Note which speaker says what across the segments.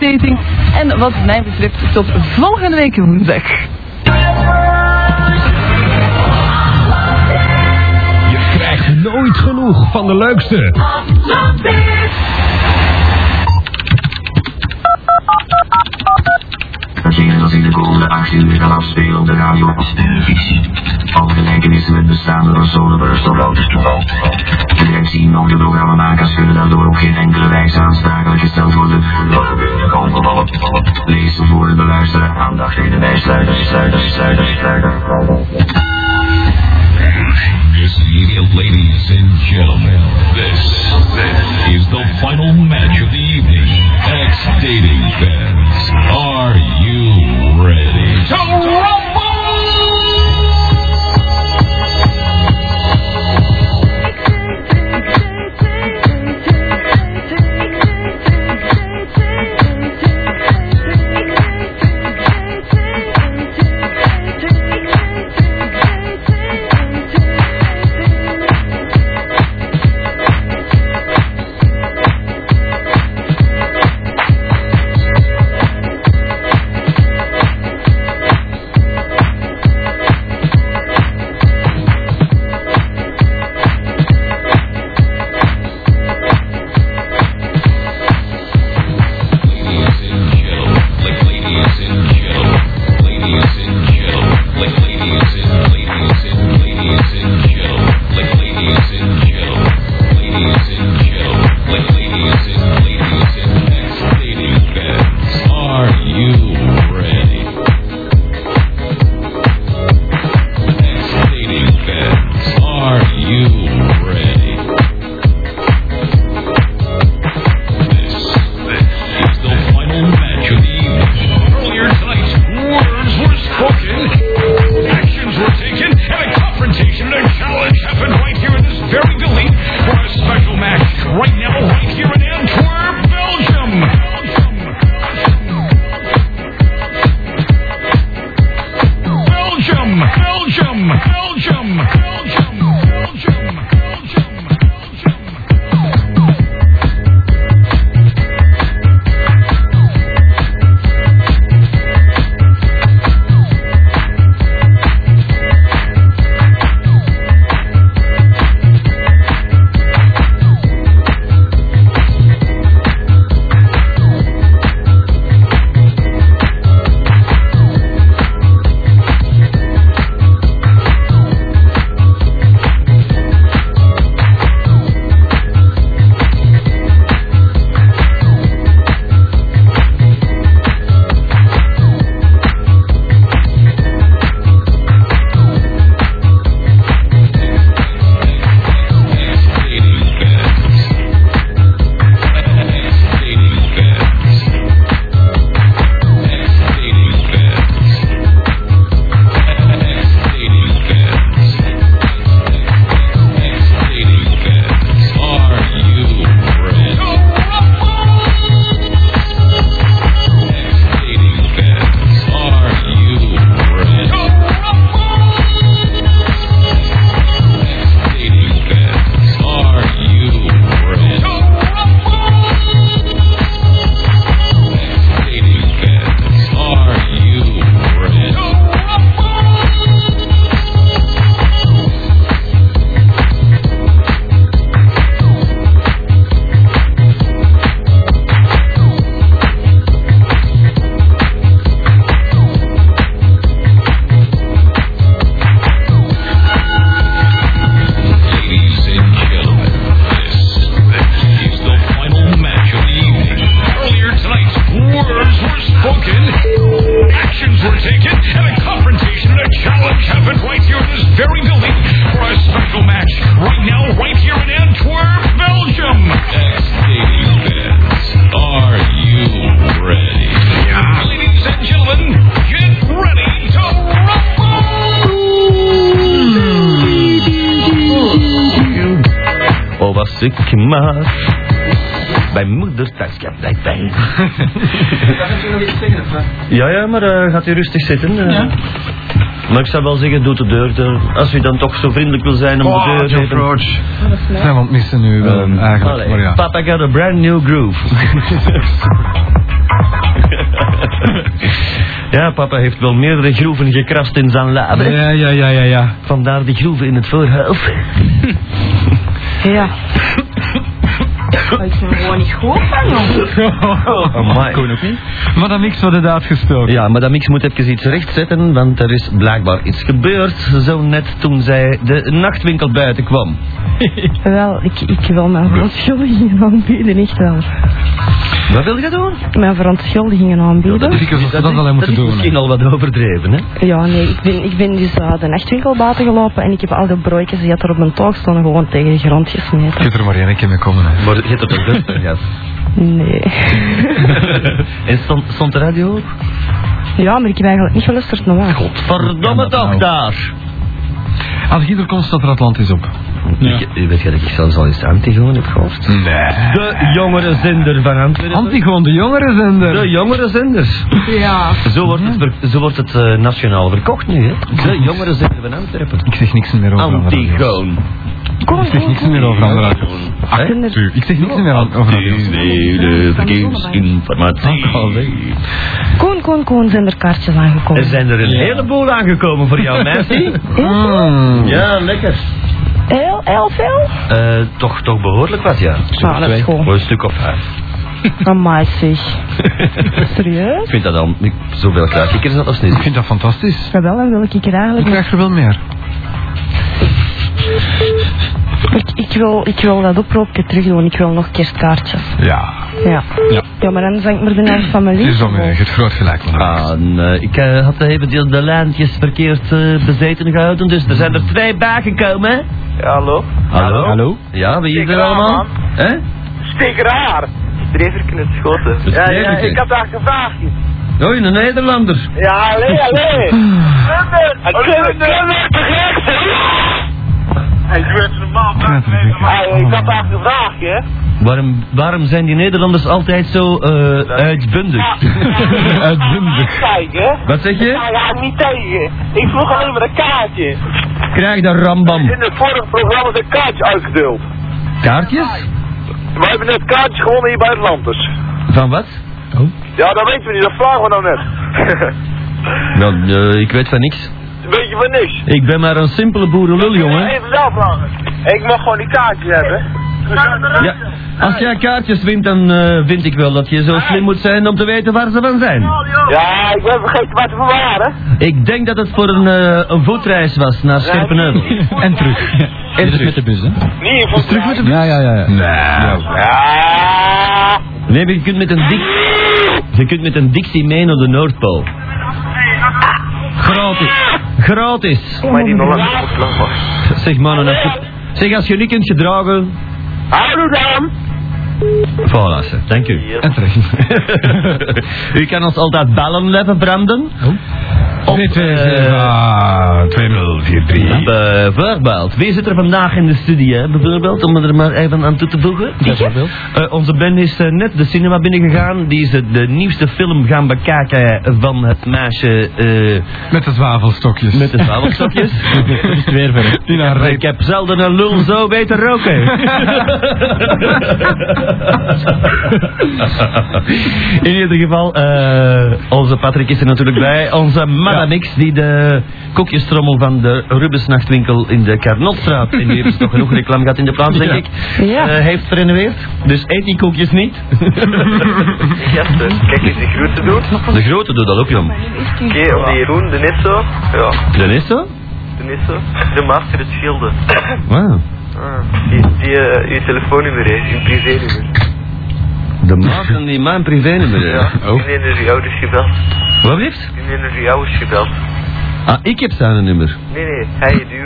Speaker 1: dating. En wat mij betreft tot volgende week woensdag.
Speaker 2: Je krijgt nooit genoeg van de leukste.
Speaker 3: Zie dat in de komende 18 uur gaan afspelen op de radio of televisie. Al gelijkenissen met bestaande personen restauranten toeval. Directie en de programmamakers kunnen daardoor op geen enkele wijze aansprakelijk gesteld worden. Wat gebeurt er gewoon gevallen? Lezen voor de beluisteren. Aandacht in de bijsluiter, sluiter, sluiter, sluiter.
Speaker 4: This is, ladies and gentlemen, this, this is the final match of the evening. Ex dating fans, are you ready to rumble? Are you ready? Ex dating fans, are you ready? This, this is the final match of the evening. Earlier tonight, words were spoken, actions were taken, and a confrontation and a challenge happened right here in this very building for a special match right now, right here in Antwerp, Belgium. Belgium, Belgium, Belgium, Belgium, Belgium, Belgium, Belgium. Ladies and gentlemen, this is the final match of the evening. Earlier tonight, words were spoken, actions were taken, and a confrontation and a challenge happened right here in this very building for a special match right now, right here in Antwerp, Belgium. Ex-dating fans, are you ready? Yeah, ladies and gentlemen, get ready to rumble!
Speaker 5: Oh, was ik maar bij moedertagscapitein. ja, ja, maar eh, gaat u rustig zitten. eh. Maar ik zou wel zeggen, doe de deur. De, als u dan toch zo vriendelijk wil zijn om de deur
Speaker 6: Jeff
Speaker 5: even-
Speaker 6: Roach. Zijn we aan het missen nu wel,
Speaker 5: Ehm,
Speaker 6: eigenlijk.
Speaker 5: allee,
Speaker 6: Maar ja.
Speaker 5: Papa got a brand new groove. ja, papa heeft wel meerdere groeven gekrast in zijn lade.
Speaker 2: Ja, ja, ja, ja, ja. Oh,
Speaker 5: Vandaar die groeven in het voorhuis.
Speaker 1: Ja. Ik ben gewoon niet goed van, jongen.
Speaker 5: Oh, Amai.
Speaker 2: Kon ook niet. Maar dan niks wat het uitgestoken.
Speaker 5: Ja, maar dat Mix moet even iets rechtzetten, want er is blijkbaar iets gebeurd. Zo net toen zij de nachtwinkel buiten kwam.
Speaker 1: Wel, ik, ik wil mijn verontschuldigingen aanbieden, echt wel.
Speaker 5: Wat wil je doen?
Speaker 1: Mijn verontschuldigingen aanbieden.
Speaker 2: Dikke, dat, dat, alleen
Speaker 5: dat
Speaker 2: moeten
Speaker 5: is
Speaker 2: doen. hè.
Speaker 5: misschien al wat overdreven, hè?
Speaker 1: Ja, nee, ik ben, ik ben dus eh, de nachtwinkel buiten gelopen en ik heb al die broodjes die er op mijn toog stonden gewoon tegen de grond gesmeten.
Speaker 2: Zit er maar één keer mee komen. Hè.
Speaker 5: Maar je hebt het toch best, ja.
Speaker 1: Nee.
Speaker 5: En stond, stond de radio op?
Speaker 1: Ja, maar ik heb eigenlijk niet geluisterd naar waar.
Speaker 5: Godverdomme
Speaker 2: dat
Speaker 5: toch
Speaker 2: nou?
Speaker 5: daar!
Speaker 2: Als ieder komt, staat er Atlantis op.
Speaker 5: Ik, je weet je dat ik zelfs al eens Antigone heb gehoord?
Speaker 2: Nee.
Speaker 5: De jongere zender van Antwerpen.
Speaker 2: Antigoon, de jongerenzender.
Speaker 5: de jongere zender.
Speaker 1: Ja.
Speaker 5: Zo wordt het, ver- zo wordt het eh, nationaal verkocht nu, hè? De jongere zender van Antwerpen.
Speaker 2: Ik zeg niks meer over Antigoon.
Speaker 5: Antigone.
Speaker 1: Kom,
Speaker 2: Ik zeg niks meer over andere radio.
Speaker 1: Zender.
Speaker 2: Tuur, Ik zeg niks meer aan- over andere radio.
Speaker 1: de verkeersinformatie. Koen, Koen, Koen zijn er kaartjes
Speaker 5: Er
Speaker 1: aangekomen.
Speaker 5: zijn er een heleboel aangekomen voor jou, Nancy.
Speaker 2: Mm.
Speaker 5: ja, lekker.
Speaker 1: Heel, heel veel?
Speaker 5: Eh, toch, toch behoorlijk wat, ja.
Speaker 1: Ja, dat is
Speaker 5: Voor
Speaker 1: gewoon.
Speaker 5: een stuk of vijf.
Speaker 1: Amai zeg. Serieus?
Speaker 5: Ik vind dat dan ik- zoveel klassiekers dat als
Speaker 2: Ik
Speaker 5: niet.
Speaker 2: vind dat fantastisch.
Speaker 1: Jawel, dan wil ik er
Speaker 2: Ik
Speaker 1: eigenlijk...
Speaker 2: krijg er wel meer.
Speaker 1: Ik, ik, wil, ik wil dat oproepje terug doen, ik wil nog kerstkaartjes.
Speaker 2: Ja.
Speaker 1: Ja.
Speaker 2: Ja.
Speaker 1: Ja, maar dan zang ik maar de naam van mijn
Speaker 2: Hier
Speaker 1: lied.
Speaker 2: is wel mee. Je hebt groot gelijk, man.
Speaker 5: Ah, nee, ik eh, had even de, de lijntjes verkeerd eh, bezeten gehouden, dus er zijn er twee bijgekomen. hè?
Speaker 6: Ja, hallo?
Speaker 5: Hallo?
Speaker 2: Hallo?
Speaker 5: Ja, wie is
Speaker 6: Ik
Speaker 5: er
Speaker 6: raar,
Speaker 5: allemaal?
Speaker 6: man.
Speaker 5: Hè?
Speaker 6: Steveraar! Streverken het schoten. Ja, ja,
Speaker 5: Streverken.
Speaker 6: ik had daar gevraagd.
Speaker 5: Oh, een Nederlander.
Speaker 6: Ja, allee, allee! Klunder! Klunder! Hij zweert normaal. Allee, Ik had daar gevraagd, hè?
Speaker 5: Waarom, waarom zijn die Nederlanders altijd zo eh uitbundig?
Speaker 2: Uitbundig.
Speaker 6: Kijk, hè?
Speaker 5: Wat zeg je?
Speaker 6: Hij gaat niet tegen. Ik vroeg alleen maar een kaartje.
Speaker 5: Krijg daar rambam.
Speaker 6: In het vorige programma is een kaartje uitgedeeld.
Speaker 5: Kaartjes?
Speaker 6: Wij hebben net kaartjes gewonnen hier bij Atlantis.
Speaker 5: Van wat?
Speaker 6: Ja, dat weten we niet, dat vragen we nou net.
Speaker 5: Nou, eh, ik weet van niks.
Speaker 6: Weet je van niks?
Speaker 5: Ik ben maar een simpele boerenlul, jongen.
Speaker 6: Even zelf vragen. Ik mag gewoon die kaartjes hebben.
Speaker 5: Ja, als jij kaartjes wint, dan eh, vind ik wel dat je zo slim moet zijn om te weten waar ze van zijn.
Speaker 6: Ja, ik ben vergeten wat te bewaren.
Speaker 5: Ik denk dat het voor een, eh, een voetreis was naar Scherpenheuvel.
Speaker 2: En terug. En
Speaker 5: terug.
Speaker 2: met de bus, hè?
Speaker 6: Niet voor terug met
Speaker 2: Ja, ja, ja. ja. Ja.
Speaker 6: Ja.
Speaker 5: Nee, maar je kunt met een dik... Je kunt met een Dixie mee naar de Noordpool. Gratis. Gratis.
Speaker 6: Maar die nog lang moet lang
Speaker 5: Zeg mannen, als je, zeg als je niet kunt gedragen...
Speaker 6: Hallo dan.
Speaker 5: Voilà, zeg. dank u.
Speaker 2: En terug.
Speaker 5: u kan ons altijd bellen, leven branden. Op,
Speaker 2: Oh. Twee, twee,
Speaker 5: eh,
Speaker 2: zeven, ah, 2043.
Speaker 5: Bijvoorbeeld, wie zit er vandaag in de studio? Bijvoorbeeld, om er maar even aan toe te voegen.
Speaker 2: Bijvoorbeeld.
Speaker 5: Eh, onze Ben is eh, net de cinema binnengegaan. Die is eh, de nieuwste film gaan bekijken van het meisje eh,
Speaker 2: Met de zwavelstokjes.
Speaker 5: met de zwavelstokjes.
Speaker 2: is weer verder. Die naar
Speaker 5: Ik heb zelden een lul zo weten roken. In ieder geval, eh, onze Patrick is er natuurlijk bij. Onze Madamix, die de koekjestrommel van de Rubensnachtwinkel in de Karnotstraat, en die heeft toch genoeg reclame gehad in de plaats, denk ik,
Speaker 1: Ja.
Speaker 5: eh, heeft gerenoveerd. Dus eet die koekjes niet.
Speaker 6: Gasten, kijk eens die groeten doet.
Speaker 5: dus De grote doet dat op, Jan.
Speaker 6: Oké, op die Jeroen, de Nisso. Ja,
Speaker 5: Dat is zo?
Speaker 6: de Nisso. De master het schilden.
Speaker 5: Wauw.
Speaker 6: Die, die eh, je telefoonnummer is, je privé-nummer.
Speaker 5: De maat die mijn privé-nummer
Speaker 6: Ja, die neemt die ouders gebeld.
Speaker 5: Oh. Wat liefst?
Speaker 6: Die neemt die ouders gebeld.
Speaker 5: Ah, ik heb zijn nummer.
Speaker 6: Nee, nee, hij heeft uw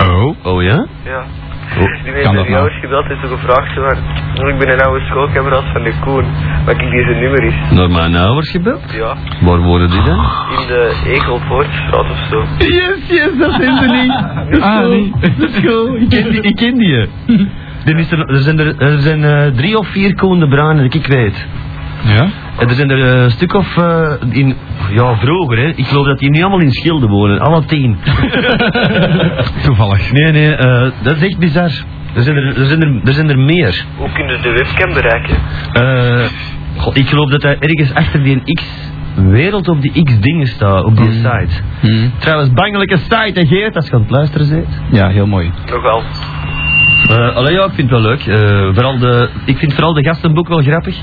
Speaker 6: nummer.
Speaker 2: Oh.
Speaker 5: Oh ja?
Speaker 6: Ja.
Speaker 5: Oh,
Speaker 6: Die heeft
Speaker 2: kan dat
Speaker 6: naar die
Speaker 2: nou?
Speaker 6: ouders gebeld, is zo gevraagd. Maar ik ben een oude schoolkameraad van de Koen. Maar ik die zijn nummer is.
Speaker 5: Naar mijn ouders gebeld?
Speaker 6: Ja.
Speaker 5: Waar worden die dan?
Speaker 6: In de Egelpoortstraat of zo.
Speaker 5: Yes, yes, dat zijn ze niet. Dat is
Speaker 2: Ah,
Speaker 5: goed.
Speaker 2: niet.
Speaker 5: Dat is goed. Ik ken die. Ik ken die. Dan is er, er zijn, er, er zijn eh, drie of vier Koen de Bruinen, dat ik weet.
Speaker 2: Ja?
Speaker 5: En er zijn er eh, een stuk of, eh, in, ja vroeger hè, ik geloof dat die niet allemaal in Schilde wonen, alle tien.
Speaker 2: Toevallig.
Speaker 5: Nee, nee, eh, dat is echt bizar. Er zijn er, er, zijn er, er, zijn er meer.
Speaker 6: Hoe kunnen ze de webcam bereiken?
Speaker 5: Eh, goh, ik geloof dat hij ergens achter die X wereld op die X-dingen staan,
Speaker 7: Mm.
Speaker 5: op die site.
Speaker 7: Hm.
Speaker 5: Trouwens, bangelijke site, hè, Geert, als je aan het luisteren bent.
Speaker 7: Ja, heel mooi.
Speaker 6: Toch wel.
Speaker 5: Eh allee, ja, ik vind het wel leuk. Eh, vooral de, ik vind vooral de gastenboek wel grappig.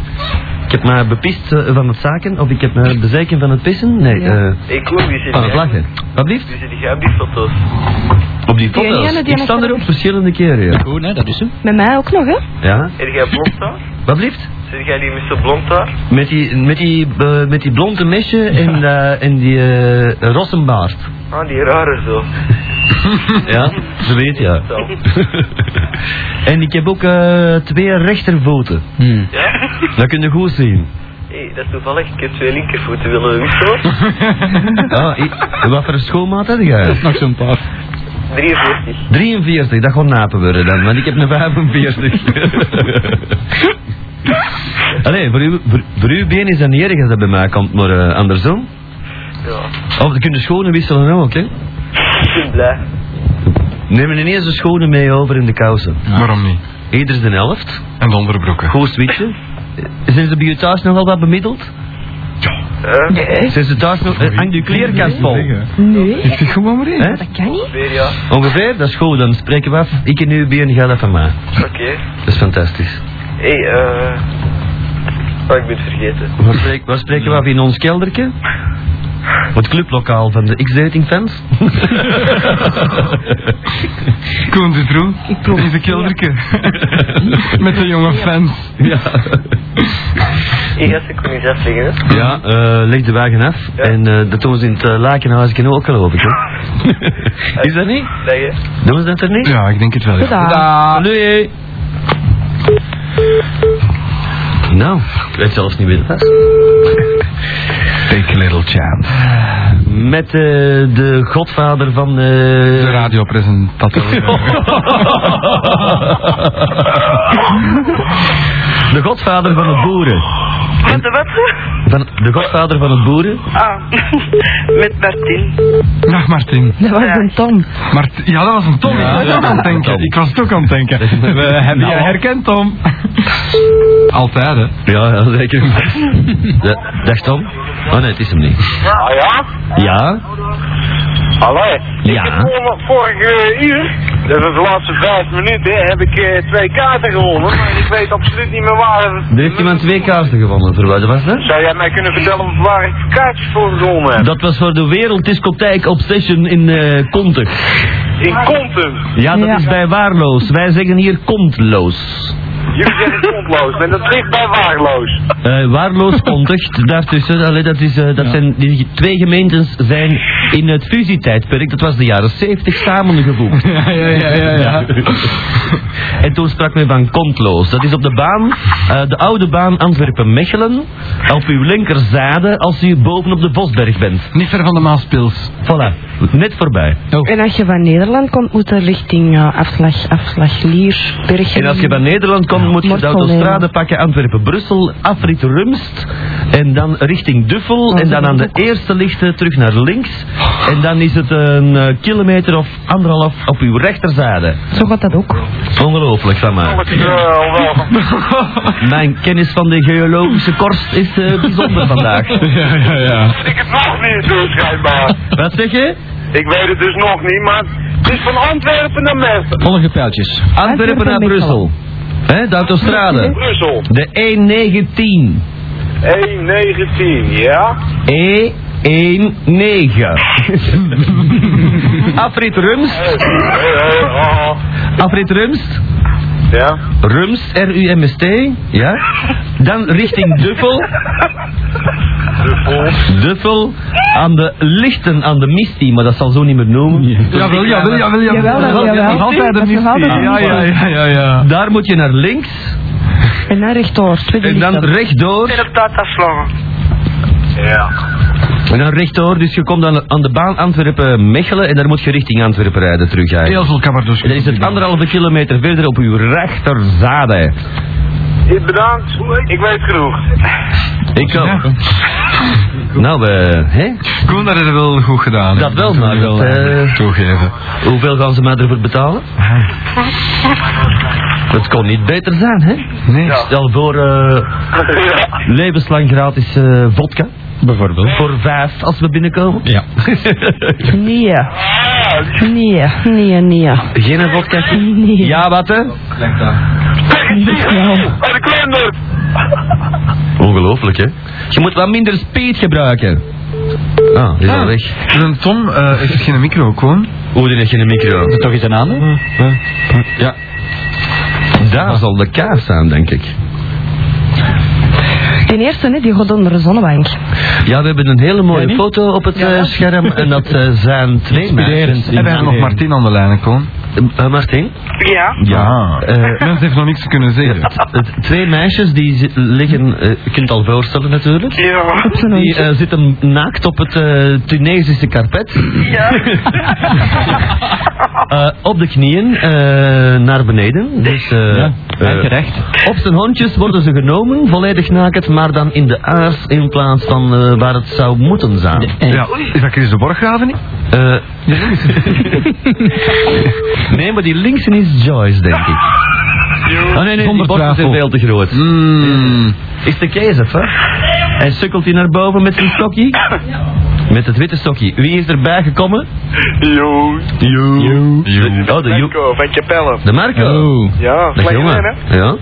Speaker 5: Ik heb me bepist eh, van het zaken, of ik heb me bezeken van het pissen. Nee, eh
Speaker 6: Hey Koen, wie zit
Speaker 5: van het
Speaker 6: jij?
Speaker 5: lachen. Wat liefst?
Speaker 6: Wie zit jij op die foto's?
Speaker 5: Op die
Speaker 1: Die
Speaker 5: foto's.
Speaker 1: ene die
Speaker 5: Ik
Speaker 1: aan
Speaker 5: sta
Speaker 1: het-
Speaker 5: erop verschillende keren, ja.
Speaker 7: Goed, hè, dat is hem.
Speaker 1: Met mij ook nog, hè?
Speaker 5: ja.
Speaker 6: Zit jij blond daar?
Speaker 5: Wat liefst?
Speaker 6: Zit jij die Mr. Blond daar?
Speaker 5: Met die, met die, eh, met die blonde mesje en, eh, en die eh, rossenbaard.
Speaker 6: Ah, die rare zo.
Speaker 5: Ja, ze weet ja.
Speaker 6: Zo.
Speaker 5: En ik heb ook eh, twee rechtervoeten.
Speaker 7: Hm.
Speaker 6: Ja?
Speaker 5: Dat kun je goed zien.
Speaker 6: Hey, dat is toevallig. Ik heb twee linkervoeten willen wisselen.
Speaker 5: Ah, i- wat voor schoonmaat heb jij?
Speaker 7: Nog zo'n paar.
Speaker 6: 43.
Speaker 5: 43, dat gaat napen worden dan, want ik heb een 45. Allee, voor uw, voor, voor uw been is dat niet erg als dat bij mij komt, maar eh, andersom.
Speaker 6: Ja.
Speaker 5: Of je kunt de schoenen wisselen ook, hè.
Speaker 6: Ik ben blij.
Speaker 5: Neem er ineens de schoenen mee over in de kousen.
Speaker 8: Waarom niet?
Speaker 5: Ieder zijn helft,
Speaker 8: En de onderbroeken.
Speaker 5: goed switchen. Zijn ze bij je thuis nog wel wat bemiddeld? Eh?
Speaker 6: Hè?
Speaker 1: Nee.
Speaker 5: Zijn ze thuis nog... eh, Hangt uw kleerkast vol?
Speaker 1: Nee.
Speaker 8: Is het gewoon maar in?
Speaker 5: Hè?
Speaker 1: Dat kan niet.
Speaker 6: Weer ja.
Speaker 5: Ongeveer, dat is goed, dan spreken we af. Ik en u been gaat dat van mij.
Speaker 6: Oké.
Speaker 5: Dat is fantastisch.
Speaker 6: Hey, eh. Oh, ik ben het vergeten.
Speaker 5: Waar, spreek- waar spreken we af in ons kelderke? Het clublokaal van de X-Dating fans?
Speaker 8: Koen de Droe. In de kelderke. Met de jonge fans.
Speaker 5: ja.
Speaker 6: Hey, gast, ik kon eens afleggen, hè?
Speaker 5: Ja, eh, leg de wagen af. En eh, dat doen ze in het uh, Lakenhuisje ook geloof ik. Hè? Is dat niet?
Speaker 6: Dag, hè?
Speaker 5: Doen ze dat er niet?
Speaker 8: Ja, ik denk het wel. ja.
Speaker 1: Bedankt.
Speaker 5: Doei. Nou, ik weet zelfs niet wie dat was.
Speaker 8: Take a little chance.
Speaker 5: Met eh, de godvader van
Speaker 8: De
Speaker 5: eh,
Speaker 8: radiopresentator.
Speaker 5: De godvader van het boeren.
Speaker 9: Met de wat?
Speaker 5: Van de godvader van het boeren.
Speaker 9: Ah, met Martin.
Speaker 8: Dag Martin.
Speaker 1: Dat was een Tom.
Speaker 8: Mart ja, dat was een Tom. ik was ook aan het denken. Ik was het ook aan het denken. We hebben je herkend, Tom. Altijd, hè.
Speaker 5: Ja, ja, zeker. Ja, dag Tom. Oh nee, het is hem niet.
Speaker 9: Ah ja?
Speaker 5: Ja?
Speaker 9: Allee.
Speaker 5: Ja.
Speaker 9: Ik heb voor- vorige eh, uur, dat is de laatste vijf minuten, hè, heb ik eh, twee kaarten gewonnen. Maar ik weet absoluut niet meer waar.
Speaker 5: Er heeft iemand twee kaarten gewonnen voor wat was dat?
Speaker 9: Zou jij mij kunnen vertellen waar ik kaartjes voor gewonnen heb?
Speaker 5: Dat was voor de Werelddiscotheek Obsession in eh Konten.
Speaker 9: In Kontum.
Speaker 5: Ja, dat
Speaker 1: Ja.
Speaker 5: is bij Waarloos. Wij zeggen hier Kontloos.
Speaker 9: Jullie zijn kontloos en dat ligt bij Waarloos.
Speaker 5: Eh, waarloos kontigt daartussen. Allee, dat is, eh, dat zijn, die twee gemeentes zijn in het fusietijdperk, dat was de jaren 70, samengevoegd.
Speaker 8: Ja, ja, ja, ja. ja.
Speaker 5: En toen sprak men van kontloos. Dat is op de baan, eh, de oude baan Antwerpen-Mechelen, op uw linkerzijde als u bovenop de Bosberg bent.
Speaker 8: Niet ver van de Maaspils.
Speaker 5: Voilà, net voorbij.
Speaker 1: En als je van Nederland komt, moet je richting eh, afslag, afslag Lier, Bergen.
Speaker 5: En als je bij Nederland komt, moet je de
Speaker 1: Mortel,
Speaker 5: autostrade pakken Antwerpen-Brussel, afrit Rumst en dan richting Duffel en dan aan de eerste lichten terug naar links. En dan is het een eh, kilometer of anderhalf op uw rechterzijde.
Speaker 1: Zo gaat dat ook.
Speaker 5: Ongelooflijk van mij.
Speaker 9: eh,
Speaker 5: Mijn kennis van de geologische korst is eh, bijzonder vandaag.
Speaker 8: Ja, ja, ja.
Speaker 9: Ik het nog niet zo schijnbaar.
Speaker 5: Wat zeg je?
Speaker 9: Ik weet het dus nog niet, maar het is van Antwerpen naar Messen.
Speaker 7: Volgende pijltjes.
Speaker 5: Antwerpen naar Brussel. Hè, de autostrade.
Speaker 9: Brussel.
Speaker 5: De E E19.
Speaker 9: 119, ja?
Speaker 5: E19. Afrit Rumst. Afrit Rumst.
Speaker 9: oh. Ja?
Speaker 5: Rumst, R-U-M-S-T. Ja. Dan richting Duffel. Duffel. Aan de lichten, aan de mistie, maar dat zal zo niet meer noemen.
Speaker 8: Jawel, jawel, jawel, jawel.
Speaker 1: Jawel, dat- jawel.
Speaker 8: Nog altijd een
Speaker 1: Dat is nog
Speaker 8: missie.
Speaker 1: altijd een
Speaker 8: Ja, ja, ja, ja, ja.
Speaker 5: Daar moet je naar links.
Speaker 1: En dan rechtdoor. Tweede
Speaker 5: En dan
Speaker 1: lichtdoor.
Speaker 5: rechtdoor.
Speaker 9: op dat afslagen. Ja.
Speaker 5: En dan rechtdoor. Dus je komt aan, aan de baan Antwerpen-Mechelen. En daar moet je richting Antwerpen rijden terug. Eigenlijk.
Speaker 8: Heel veel kabbardoes.
Speaker 5: En dan is het anderhalve kilometer verder op uw rechterzade.
Speaker 9: Ik bedankt, ik weet genoeg.
Speaker 5: Ik ook. Nou, eh, hè?
Speaker 8: Koen, dat hebben we wel goed gedaan.
Speaker 5: Dat wel, maar
Speaker 8: wel.
Speaker 5: dat, eh,
Speaker 8: Toegeven.
Speaker 5: hoeveel gaan ze mij ervoor betalen? Dat kon niet beter zijn, hè?
Speaker 8: Nee.
Speaker 5: Stel voor eh, levenslang gratis eh, vodka.
Speaker 8: Bijvoorbeeld.
Speaker 5: Voor vijf als we binnenkomen.
Speaker 8: Ja.
Speaker 1: Nee,
Speaker 9: Ah,
Speaker 1: nee, nee, nee.
Speaker 5: Geen vodka.
Speaker 1: Nee.
Speaker 5: Ja, wat hè?
Speaker 9: Oh, de klender!
Speaker 5: Ongelooflijk hè. Je moet wat minder speed gebruiken. Ah, die is al weg.
Speaker 8: Dan Tom, eh, heeft geen micro Eh, gewoon?
Speaker 5: Oeh, die heeft geen micro.
Speaker 7: Toch eens een ander?
Speaker 5: Ja. Daar zal de kaas zijn, denk ik.
Speaker 1: Ten eerste, hè, die gaat onder de zonnebank.
Speaker 5: Ja, we hebben een hele mooie
Speaker 7: niet?
Speaker 5: foto op het eh, scherm en dat eh, zijn twee
Speaker 7: Inspirerend.
Speaker 5: meisjes.
Speaker 8: En we hebben nog
Speaker 7: Iedereen.
Speaker 8: Martin aan de lijn, gewoon.
Speaker 5: Eh, Martin?
Speaker 9: Ja.
Speaker 5: Ja. Eh,
Speaker 8: Mensen heeft nog niks kunnen zeggen.
Speaker 5: het- Eh, twee meisjes die zi- liggen, eh, je kunt het al voorstellen natuurlijk.
Speaker 9: Ja.
Speaker 1: Op zijn
Speaker 5: Die
Speaker 1: hondje.
Speaker 5: eh, zitten naakt op het eh, Tunesische karpet. Eh, op de knieën, eh, naar beneden. Dus, eh,
Speaker 7: Ja,
Speaker 5: eh,
Speaker 7: terecht.
Speaker 5: op zijn hondjes worden ze genomen, volledig naakt, maar dan in de aars in plaats van eh, waar het zou moeten zijn.
Speaker 8: Ja, is dat Chris de Borggraven niet?
Speaker 5: Eh, nee, maar die linkse is Joyce, denk ik. Oh nee, nee, die
Speaker 8: Zonder
Speaker 5: borsten zijn
Speaker 8: twijfel.
Speaker 5: veel te groot.
Speaker 8: Mm.
Speaker 5: Is de kees hè? Hij sukkelt hier naar boven met zijn stokje. Met het witte stokje. Wie is erbij gekomen?
Speaker 9: Jo.
Speaker 5: You. Oh, de you.
Speaker 9: Marco van Chapelle.
Speaker 5: De Marco.
Speaker 8: Oh.
Speaker 9: Ja,
Speaker 5: Dag
Speaker 9: kleine
Speaker 5: jongen.
Speaker 9: hè?
Speaker 5: Ja.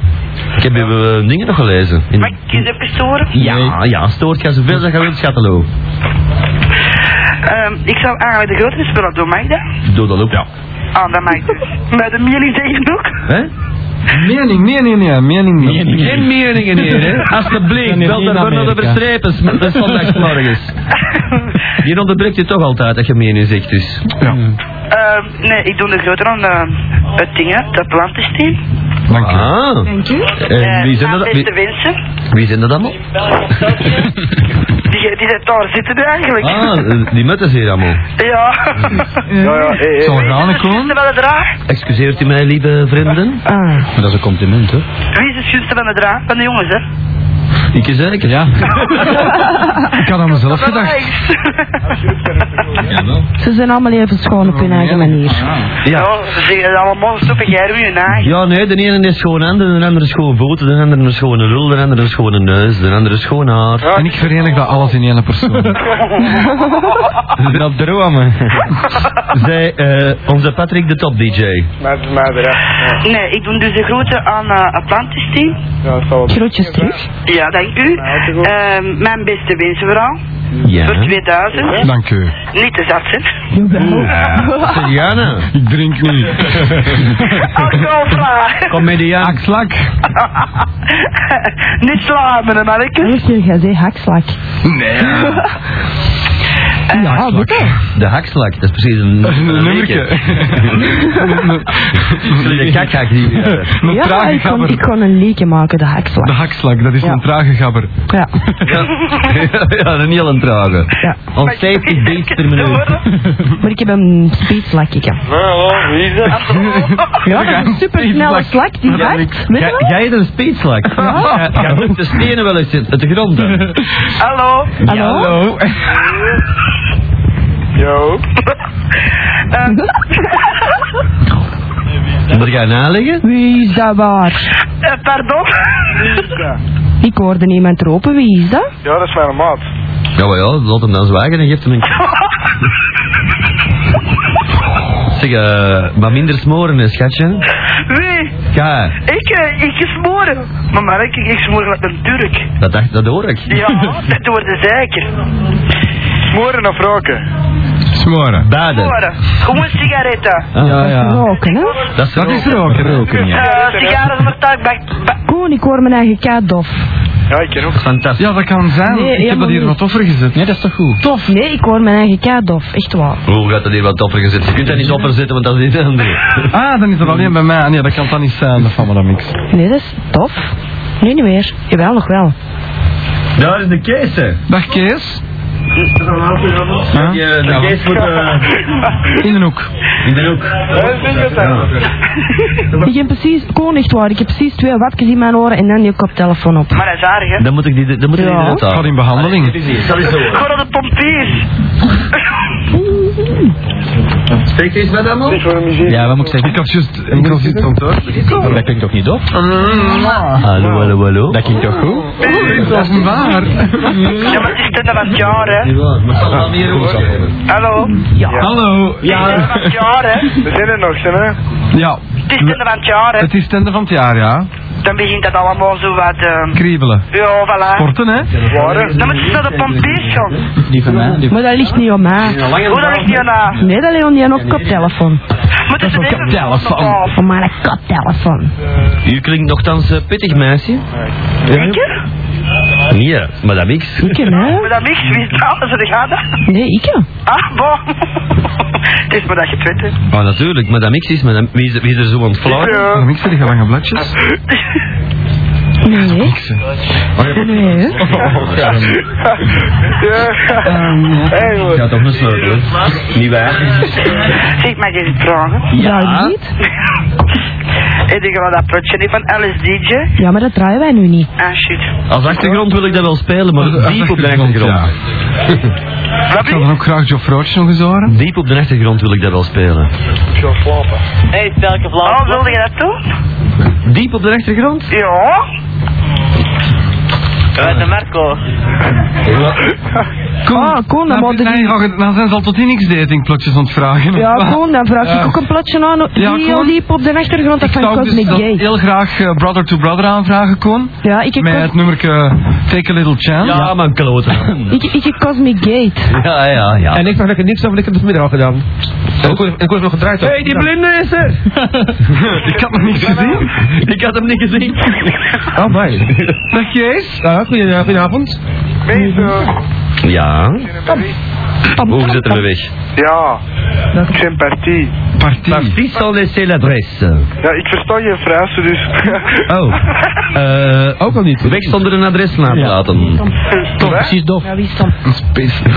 Speaker 5: Ik heb uw eh, dingen nog gelezen. In-
Speaker 9: Mag ik eens even storen?
Speaker 5: Ja, ja, stoort ga zoveel dat je wilt, Schatelo.
Speaker 9: Ehm, ik zou eigenlijk de grote spullen doen, mag dat?
Speaker 5: Doe dat ook. Ja.
Speaker 9: Ah, dat mag ik dus. Met een mening tegen ook?
Speaker 5: Hè?
Speaker 8: Mening, mening, nee, mening, nee.
Speaker 5: Geen meningen hier, hè? Alsjeblieft,
Speaker 7: Dan is
Speaker 5: bel
Speaker 7: niet
Speaker 5: daarvoor naar de
Speaker 7: Amerika.
Speaker 5: verstrepens. Dat is zondagsmorgens. Je onderbreekt je toch altijd dat je mening zegt, dus.
Speaker 9: Ehm, nee, ik doe de grote dan eh, het ding, hè, dat plantensteam.
Speaker 8: Dank je.
Speaker 5: Ah. En wie zijn
Speaker 9: de
Speaker 5: dat,
Speaker 9: Eh, beste
Speaker 5: wie,
Speaker 9: wensen.
Speaker 5: wie zijn dat allemaal?
Speaker 9: Die, die zit daar zitten eigenlijk.
Speaker 5: Ah, eh, die mutten hier allemaal.
Speaker 9: Ja.
Speaker 8: Ja, ja, Zal we gaan,
Speaker 9: Wie is
Speaker 8: gewoon?
Speaker 9: de gunste van de draai?
Speaker 5: Excuseert u mij, lieve vrienden?
Speaker 1: Ah,
Speaker 7: Dat is een compliment, hè?
Speaker 9: Wie is de gunste van de draai? Van de jongens, hè?
Speaker 5: Ik is zeker. Ja.
Speaker 8: Ik had aan mezelf
Speaker 9: Van de
Speaker 8: gedacht.
Speaker 9: rechts.
Speaker 1: ze zijn allemaal even schoon op hun eigen manier.
Speaker 5: Ja.
Speaker 10: Oh,
Speaker 9: Ja, ze zeggen allemaal stoppen, jij ruïne naai.
Speaker 5: Ja, nee, de ene is gewoon handen, de andere is gewoon voeten, de andere is gewoon een lul, de andere is gewoon een neus, de andere is gewoon haar.
Speaker 8: En ik verenig dat alles in één persoon.
Speaker 5: Dat dromen. Zij, eh, onze Patrick de top DJ.
Speaker 6: Met mij eruit.
Speaker 9: Nee, ik doe dus de grote aan eh, het plantensteam.
Speaker 6: Ja, dat zal wel.
Speaker 1: Groetjes terug.
Speaker 9: Ja, dank u. Ehm, mijn beste wensen vooral. Voor
Speaker 5: Ja.
Speaker 9: 2000.
Speaker 8: Dank u.
Speaker 9: Niet te zat, hè?
Speaker 5: Jana.
Speaker 8: Ik drink niet.
Speaker 9: Ach, zo vlaag.
Speaker 5: Comedian.
Speaker 8: Akslak.
Speaker 9: Niet slaan, meneer mannetjes.
Speaker 1: Eerst je gezegd hakslak.
Speaker 8: Nee.
Speaker 1: Ja, doe dat.
Speaker 5: De hakslak, dat is precies een,
Speaker 8: Een nummertje.
Speaker 5: De kakhak die
Speaker 8: Een
Speaker 1: Ja,
Speaker 8: trage
Speaker 1: ik kon, ik
Speaker 8: gabber.
Speaker 1: kon een liedje maken, de hakslak.
Speaker 8: De hakslak, dat is
Speaker 1: Ja.
Speaker 8: een trage gabber.
Speaker 1: Ja.
Speaker 5: Ja, ja, een heel een trage.
Speaker 1: Ja.
Speaker 5: Ons 50 beats per minuut.
Speaker 1: Maar ik heb een speedslak, ik heb.
Speaker 9: Nou, wie is dat?
Speaker 1: Ja, dat is een supersnelle slak die
Speaker 5: Ja,
Speaker 1: hakt. Weet je
Speaker 5: Jij-
Speaker 1: wel?
Speaker 5: Jij hebt een speedslak. Ja. Jij roept de stenen wel eens uit de grond. hè.
Speaker 9: Hallo.
Speaker 1: Hallo?
Speaker 9: Yo.
Speaker 5: Moet jij naleggen?
Speaker 1: Wie is dat waar?
Speaker 9: Eh, pardon?
Speaker 1: Ik hoorde niemand roepen, wie is dat?
Speaker 6: Ja, dat is mijn maat.
Speaker 5: Ja, maar ja, laat hem dan zwijgen en geeft hem een... Zeg, eh, maar minder smoren, hè, schatje.
Speaker 9: Wie?
Speaker 5: Ga,
Speaker 9: Ik, eh, ik smoren. Maar Mark, ik smoren met een Turk.
Speaker 5: dat, dacht, dat hoor ik.
Speaker 9: Ja, dat wordt de zeker.
Speaker 6: Smoren of roken?
Speaker 8: Smoren.
Speaker 5: Baden.
Speaker 9: Smoren. Gewoon sigaretten.
Speaker 5: Ah,
Speaker 8: Ja, ja.
Speaker 1: Roken, hè?
Speaker 5: Dat is
Speaker 8: Dat is
Speaker 5: roken.
Speaker 8: roken.
Speaker 9: Eh, sigaren zonder tabak. Ba-
Speaker 1: Koen, ik hoor mijn eigen kaart dof.
Speaker 6: Ja, ik ken ook.
Speaker 5: Fantastisch.
Speaker 8: Ja, dat kan zijn.
Speaker 1: Nee,
Speaker 8: ik heb
Speaker 1: helemaal
Speaker 8: dat hier
Speaker 1: niet.
Speaker 8: wat offer gezet.
Speaker 7: Nee, dat is toch goed?
Speaker 1: Tof, nee, ik hoor mijn eigen kaart dof. Echt waar.
Speaker 5: Hoe gaat dat hier wat opper gezet? Je kunt dat niet opper zetten, want dat is niet handig.
Speaker 8: Ah, dan is dat alleen bij mij. Nee, dat kan dan niet zijn, dat van me dan niks.
Speaker 1: Nee, dat is tof. Nu niet meer. Jawel, nog wel.
Speaker 5: Daar is de kees, hè.
Speaker 8: Dag Kees.
Speaker 5: Huh? de kees moet... eh,
Speaker 8: In de hoek.
Speaker 5: in de hoek.
Speaker 1: Ik heb precies, Koen, echt waar. Ik heb precies twee watjes in mijn oren en dan die koptelefoon op.
Speaker 9: Maar dat is aardig, hè?
Speaker 5: Dan moet ik die... Dan moet ik die
Speaker 1: Ja.
Speaker 5: eruit halen.
Speaker 8: Gaat in behandeling.
Speaker 5: Allee, dat is hier. Dat is zo.
Speaker 9: Gewoon de pompiers.
Speaker 2: Steek eens met hem
Speaker 9: Niks voor de muziek.
Speaker 7: Ja, wat moet ik zeggen?
Speaker 8: Ik had juist een conflict kantoor.
Speaker 7: Dat klinkt toch niet dof?
Speaker 5: Ah, Hallo, hallo, hallo.
Speaker 7: Dat klinkt toch goed?
Speaker 8: Dat is waar.
Speaker 10: Ja, maar het is tenen van het jaar, hè.
Speaker 5: Ah.
Speaker 10: Hallo?
Speaker 8: Hallo.
Speaker 10: Tenen
Speaker 8: Ja.
Speaker 10: van het jaar, hè.
Speaker 9: We zijn er nog, zijn hè?
Speaker 8: Ja.
Speaker 10: Het is tenen van het jaar, hè.
Speaker 8: Het is het einde van het jaar, ja.
Speaker 10: Dan begint dat allemaal zo wat... ehm,
Speaker 8: Kriebelen.
Speaker 10: Ja, voilà.
Speaker 8: Korten, hè?
Speaker 9: Waren?
Speaker 10: Dan moet je naar de pompiers gaan.
Speaker 7: Die van mij. Die
Speaker 1: Maar dat ligt niet aan mij.
Speaker 10: Hoe dat ligt niet aan.
Speaker 1: Nee, dat ligt aan op koptelefoon.
Speaker 10: Moeten ze even... telefoon.
Speaker 1: Van mijn koptelefoon.
Speaker 5: U klinkt nogthans eh, pittig, meisje.
Speaker 1: Ikke?
Speaker 5: Ja, madame X.
Speaker 1: Ikke, hè?
Speaker 10: Maar dat niks, wie is dat? Ze gaan dat.
Speaker 1: Nee, ikke.
Speaker 10: Ah, bon. Het is maar dat je het weet, hè.
Speaker 5: Ah, natuurlijk, madame X is madame... Wie is, wie is er zo aan het flauwen?
Speaker 8: Dan mixen die lange bladjes.
Speaker 1: Nee, nee. Nee, hè?
Speaker 8: Oh,
Speaker 5: Oh,
Speaker 9: Hey, hoor.
Speaker 5: Ehm, Ja, toch een sleutel. Niet waar?
Speaker 10: Zeg, mag je iets vragen?
Speaker 1: Draai je niet?
Speaker 10: Ik denk wel dat putje niet van Alice DJ.
Speaker 1: Ja, maar dat draaien wij nu niet.
Speaker 10: Ah, shit.
Speaker 5: Als achtergrond wil ik dat wel spelen, maar diep op de achtergrond.
Speaker 8: Ja.
Speaker 10: Wat
Speaker 8: Ik zou dan ook graag Geoff Roach nog eens horen.
Speaker 5: Diep op de achtergrond wil ik dat wel spelen.
Speaker 10: Hey, welke vlag? Oh, wilde je dat doen?
Speaker 5: Diep op de achtergrond?
Speaker 10: Ja. Met de Marco.
Speaker 1: Ah, Koen, dan moet je
Speaker 8: nee,
Speaker 1: niet-
Speaker 8: ga je- dan zijn ze al tot in niks dating plotjes aan het vragen.
Speaker 1: Ja,
Speaker 8: Of wat?
Speaker 1: gewoon, dan vraag ik
Speaker 8: Ja.
Speaker 1: ook een platje aan.
Speaker 8: Ja,
Speaker 1: Die
Speaker 8: Koen.
Speaker 1: heel diep op de achtergrond, dat
Speaker 8: Ik
Speaker 1: van
Speaker 8: zou dus
Speaker 1: Cosmic
Speaker 8: dat
Speaker 1: Gay.
Speaker 8: heel graag eh, Brother to Brother aanvragen, Koen.
Speaker 1: Ja, ik
Speaker 8: Met het
Speaker 1: ik
Speaker 8: nummerke eh, Take a Little Chance.
Speaker 5: Ja, man, kloten.
Speaker 1: ik Cosmic Gate.
Speaker 5: Ja, ja, ja.
Speaker 7: En ik mag lekker niks over, ik heb het middag al gedaan. En ik word- ik word nog gedraaid. Hé, die blinde is er!
Speaker 8: Ik had nog niet gezien.
Speaker 5: Ik had hem niet gezien.
Speaker 7: Oh, my.
Speaker 8: Dag Kees.
Speaker 7: Ja, goedenavond. goedenavond.
Speaker 9: Meester.
Speaker 5: Ja, hoe zitten we weg?
Speaker 9: Ja. Ik zijn partie.
Speaker 8: Partie.
Speaker 5: Partie sans laisser l'adresse.
Speaker 9: Ja, ik versta je Frans, dus...
Speaker 5: Oh, eh,
Speaker 7: Ook al niet.
Speaker 5: weg zonder een adres laten. laten.
Speaker 7: Toch, precies dof.
Speaker 1: Ja, wie is dat?
Speaker 8: Spits.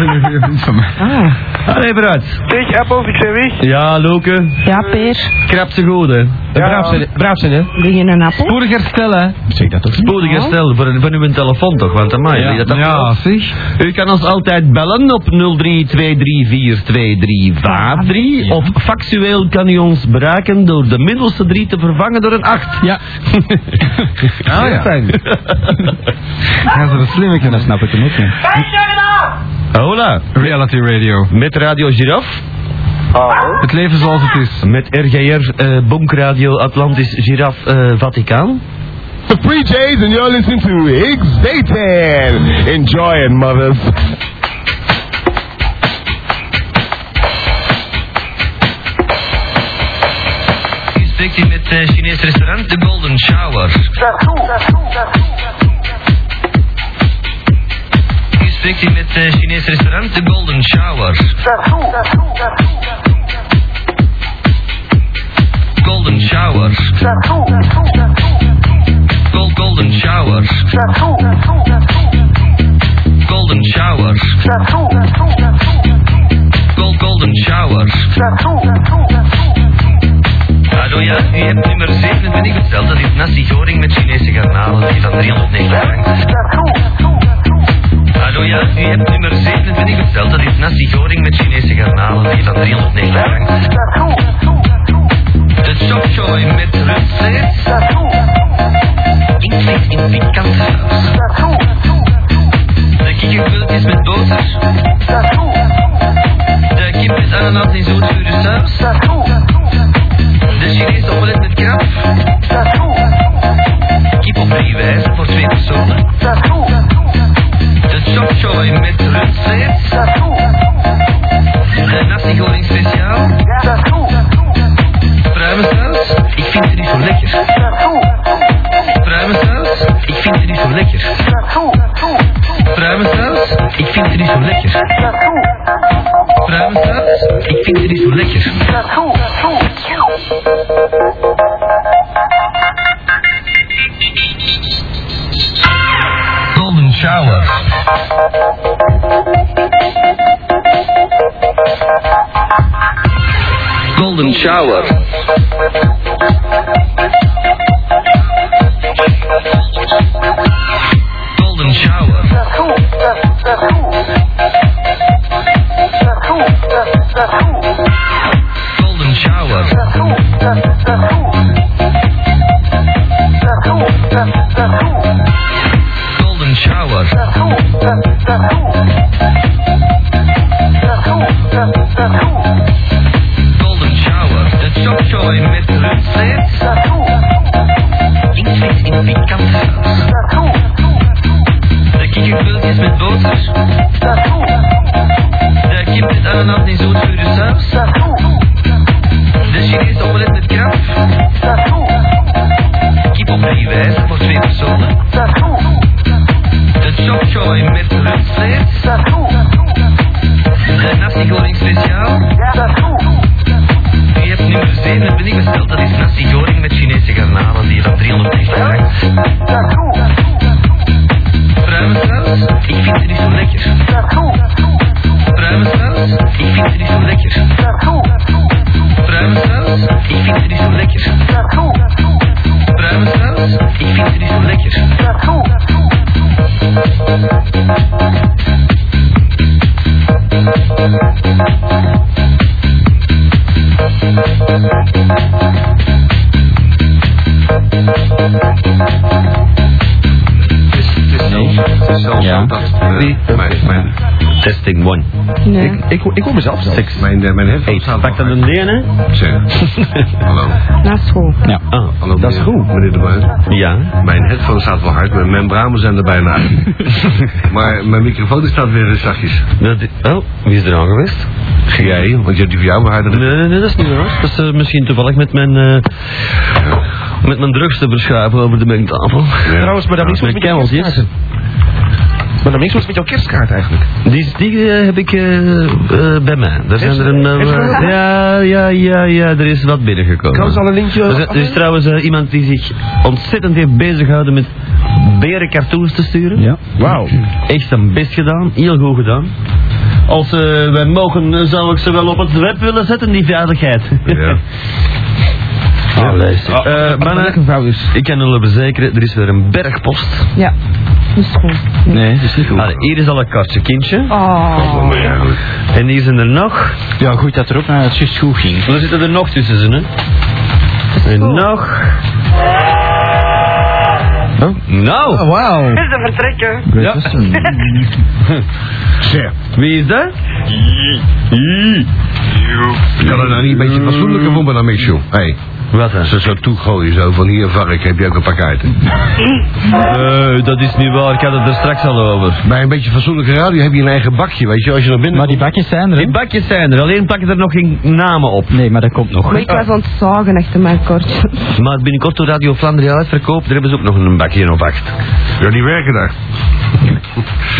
Speaker 1: Ah,
Speaker 5: Allee, vooruit.
Speaker 9: Zeg, Appels, ik zijn weg.
Speaker 5: Ja, Loke,
Speaker 1: ja, Peer.
Speaker 5: krap ze goed, hè.
Speaker 7: Braaf zijn, braaf zijn, hè?
Speaker 1: Wil je een appel?
Speaker 8: Vorig herstel, hè.
Speaker 7: Zeg dat toch?
Speaker 5: Spoedig herstel voor, voor uw telefoon toch, want amai,
Speaker 8: Ja,
Speaker 5: dat dat
Speaker 8: ja zeg.
Speaker 5: U kan ons altijd bellen op 0323423353 of factueel kan u ons bereiken door de middelste 3 te vervangen door een 8.
Speaker 7: Ja.
Speaker 8: Ah ja.
Speaker 7: Fijn.
Speaker 8: Ja, ze is slimme
Speaker 7: En dan
Speaker 8: kennis.
Speaker 7: snap ik hem ook, hè.
Speaker 5: Hola,
Speaker 8: Reality Radio.
Speaker 5: met Radio Giraf,
Speaker 9: Hallo.
Speaker 8: Het leven zoals het is.
Speaker 5: met RGR eh Bonkradio Atlantis Giraf eh, Vaticaan.
Speaker 2: The Free Jays and you're listening to Higgs Dayton. Enjoy it, mothers.
Speaker 5: Spreekt u met het Chinees restaurant The Golden Shower? Spreekt u met het Chinees restaurant The Golden Shower? Golden Shower. Gold, golden Shower. Golden Shower. Gold, Golden Shower. Hallo, ja, u hebt nummer 27 besteld. Dat is nasi goring met Chinese garnalen, die van 309 frank. Hallo, ja, u hebt nummer 27 besteld. Dat is nasi goring met Chinese garnalen, die van 309 frank. De chop choy met recept. Inklikt in pikant saus. De kikkervult is met boter. De kip is ananas in zoetzure saus. De Chinese omelet met krab. Kip op drie wijzen voor twee personen. De chop choy met rundvlees. De nasi goreng speciaal. Pruimensaus? Ik vind het niet zo lekker. Pruimensaus? Ik vind het niet zo lekker. Pruimensaus? Ik vind het niet zo lekker. Pruimensaus? Ik vind het niet zo lekker. Golden Shower. Golden Shower. Golden Shower.
Speaker 10: Golden Shower. Golden Shower. Golden Shower. De Chopchoy met Rutset. Inkvis in pikant De kikkerpultjes met boter. De kip met ananas in zoetgure saus. De Chinese omelet met krab. Kip op drie wijzen voor twee personen. De chop choy met rundvlees. De nasi goreng speciaal. Je hebt nummer 7, dat ben ik besteld. Dat is nasi goreng met Chinese garnalen, die van 350 gram. Pruimensaus, ik vind het niet zo lekker. Pruimensaus, ik vind het niet zo lekker. Pruimensaus, ik vind het niet zo lekker. Pruimensaus, ik vind het niet zo lekker.
Speaker 5: Ja. Testing one.
Speaker 1: Nee.
Speaker 5: Ik, ik, ik hoor mezelf zelf. Six. Mijn, mijn headphones Pak dat een D, hè? Hallo.
Speaker 1: Na school.
Speaker 5: Ja. Ah, dat is goed.
Speaker 4: Meneer De Bruin.
Speaker 5: Ja.
Speaker 4: Mijn headphone staat wel hard, mijn membranen zijn er bijna uit. maar mijn microfoon die staat weer zachtjes.
Speaker 5: oh, wie is er aan geweest?
Speaker 4: Jij, want je hebt die voor jou maar harder.
Speaker 5: Nee, nee, nee, dat is niet waar. Dat is eh, misschien toevallig met mijn, eh met mijn drugs te verschuiven over de mengtafel.
Speaker 11: Trouwens, maar dat is
Speaker 5: Met kerels, yes.
Speaker 11: Maar dan niks was met jouw kerstkaart eigenlijk.
Speaker 5: Die, die eh, heb ik eh, eh, bij mij. Daar zijn er een, eh,
Speaker 11: Is er-
Speaker 5: ja, ja, ja, ja, er is wat binnengekomen.
Speaker 11: Kan ze al een linkje
Speaker 5: Er is, er is
Speaker 11: afnemen?
Speaker 5: trouwens eh, iemand die zich ontzettend heeft bezighouden met beren cartoons te sturen. Ja.
Speaker 11: Wauw.
Speaker 5: Echt zijn best gedaan, heel goed gedaan. Als eh, wij mogen, eh, zou ik ze wel op het web willen zetten, die veiligheid.
Speaker 4: Ja.
Speaker 5: Ja, luister. Eh, mannen, ik kan jullie verzekeren, er is weer een bergpost.
Speaker 1: Ja. Dat is goed.
Speaker 5: Nee, dat is niet goed. hier is al een kartje kindje.
Speaker 1: Oh.
Speaker 5: En hier zijn er nog. Ja, goed dat erop naar het juist goed ging. Er zitten er nog tussen, ze, hè? En
Speaker 4: nou.
Speaker 5: nog. Huh? Nou!
Speaker 11: wauw!
Speaker 12: Is de vertrekken?
Speaker 5: Ja. Wie is dat?
Speaker 4: Ik kan er nou niet een beetje fatsoenlijker voor, maar dan mis je. Hé.
Speaker 5: Wat dan?
Speaker 4: Ze zo toegooien zo van hier vark, heb je ook een paar kaarten.
Speaker 5: Nee, dat is niet waar. Ik had het er straks al over.
Speaker 4: Bij een beetje fatsoenlijke radio heb je een eigen bakje, weet je, als je nog binnen.
Speaker 13: Maar die bakjes zijn er. hè?
Speaker 5: Die bakjes zijn er, alleen plakken er nog geen namen op.
Speaker 13: Nee, maar dat komt nog.
Speaker 1: Maar ik was aan het zagen achter mijn kortje.
Speaker 5: Maar binnenkort door Radio Vlaanderen uitverkoop, daar hebben ze ook nog een bakje op acht.
Speaker 4: Ja, die werken daar.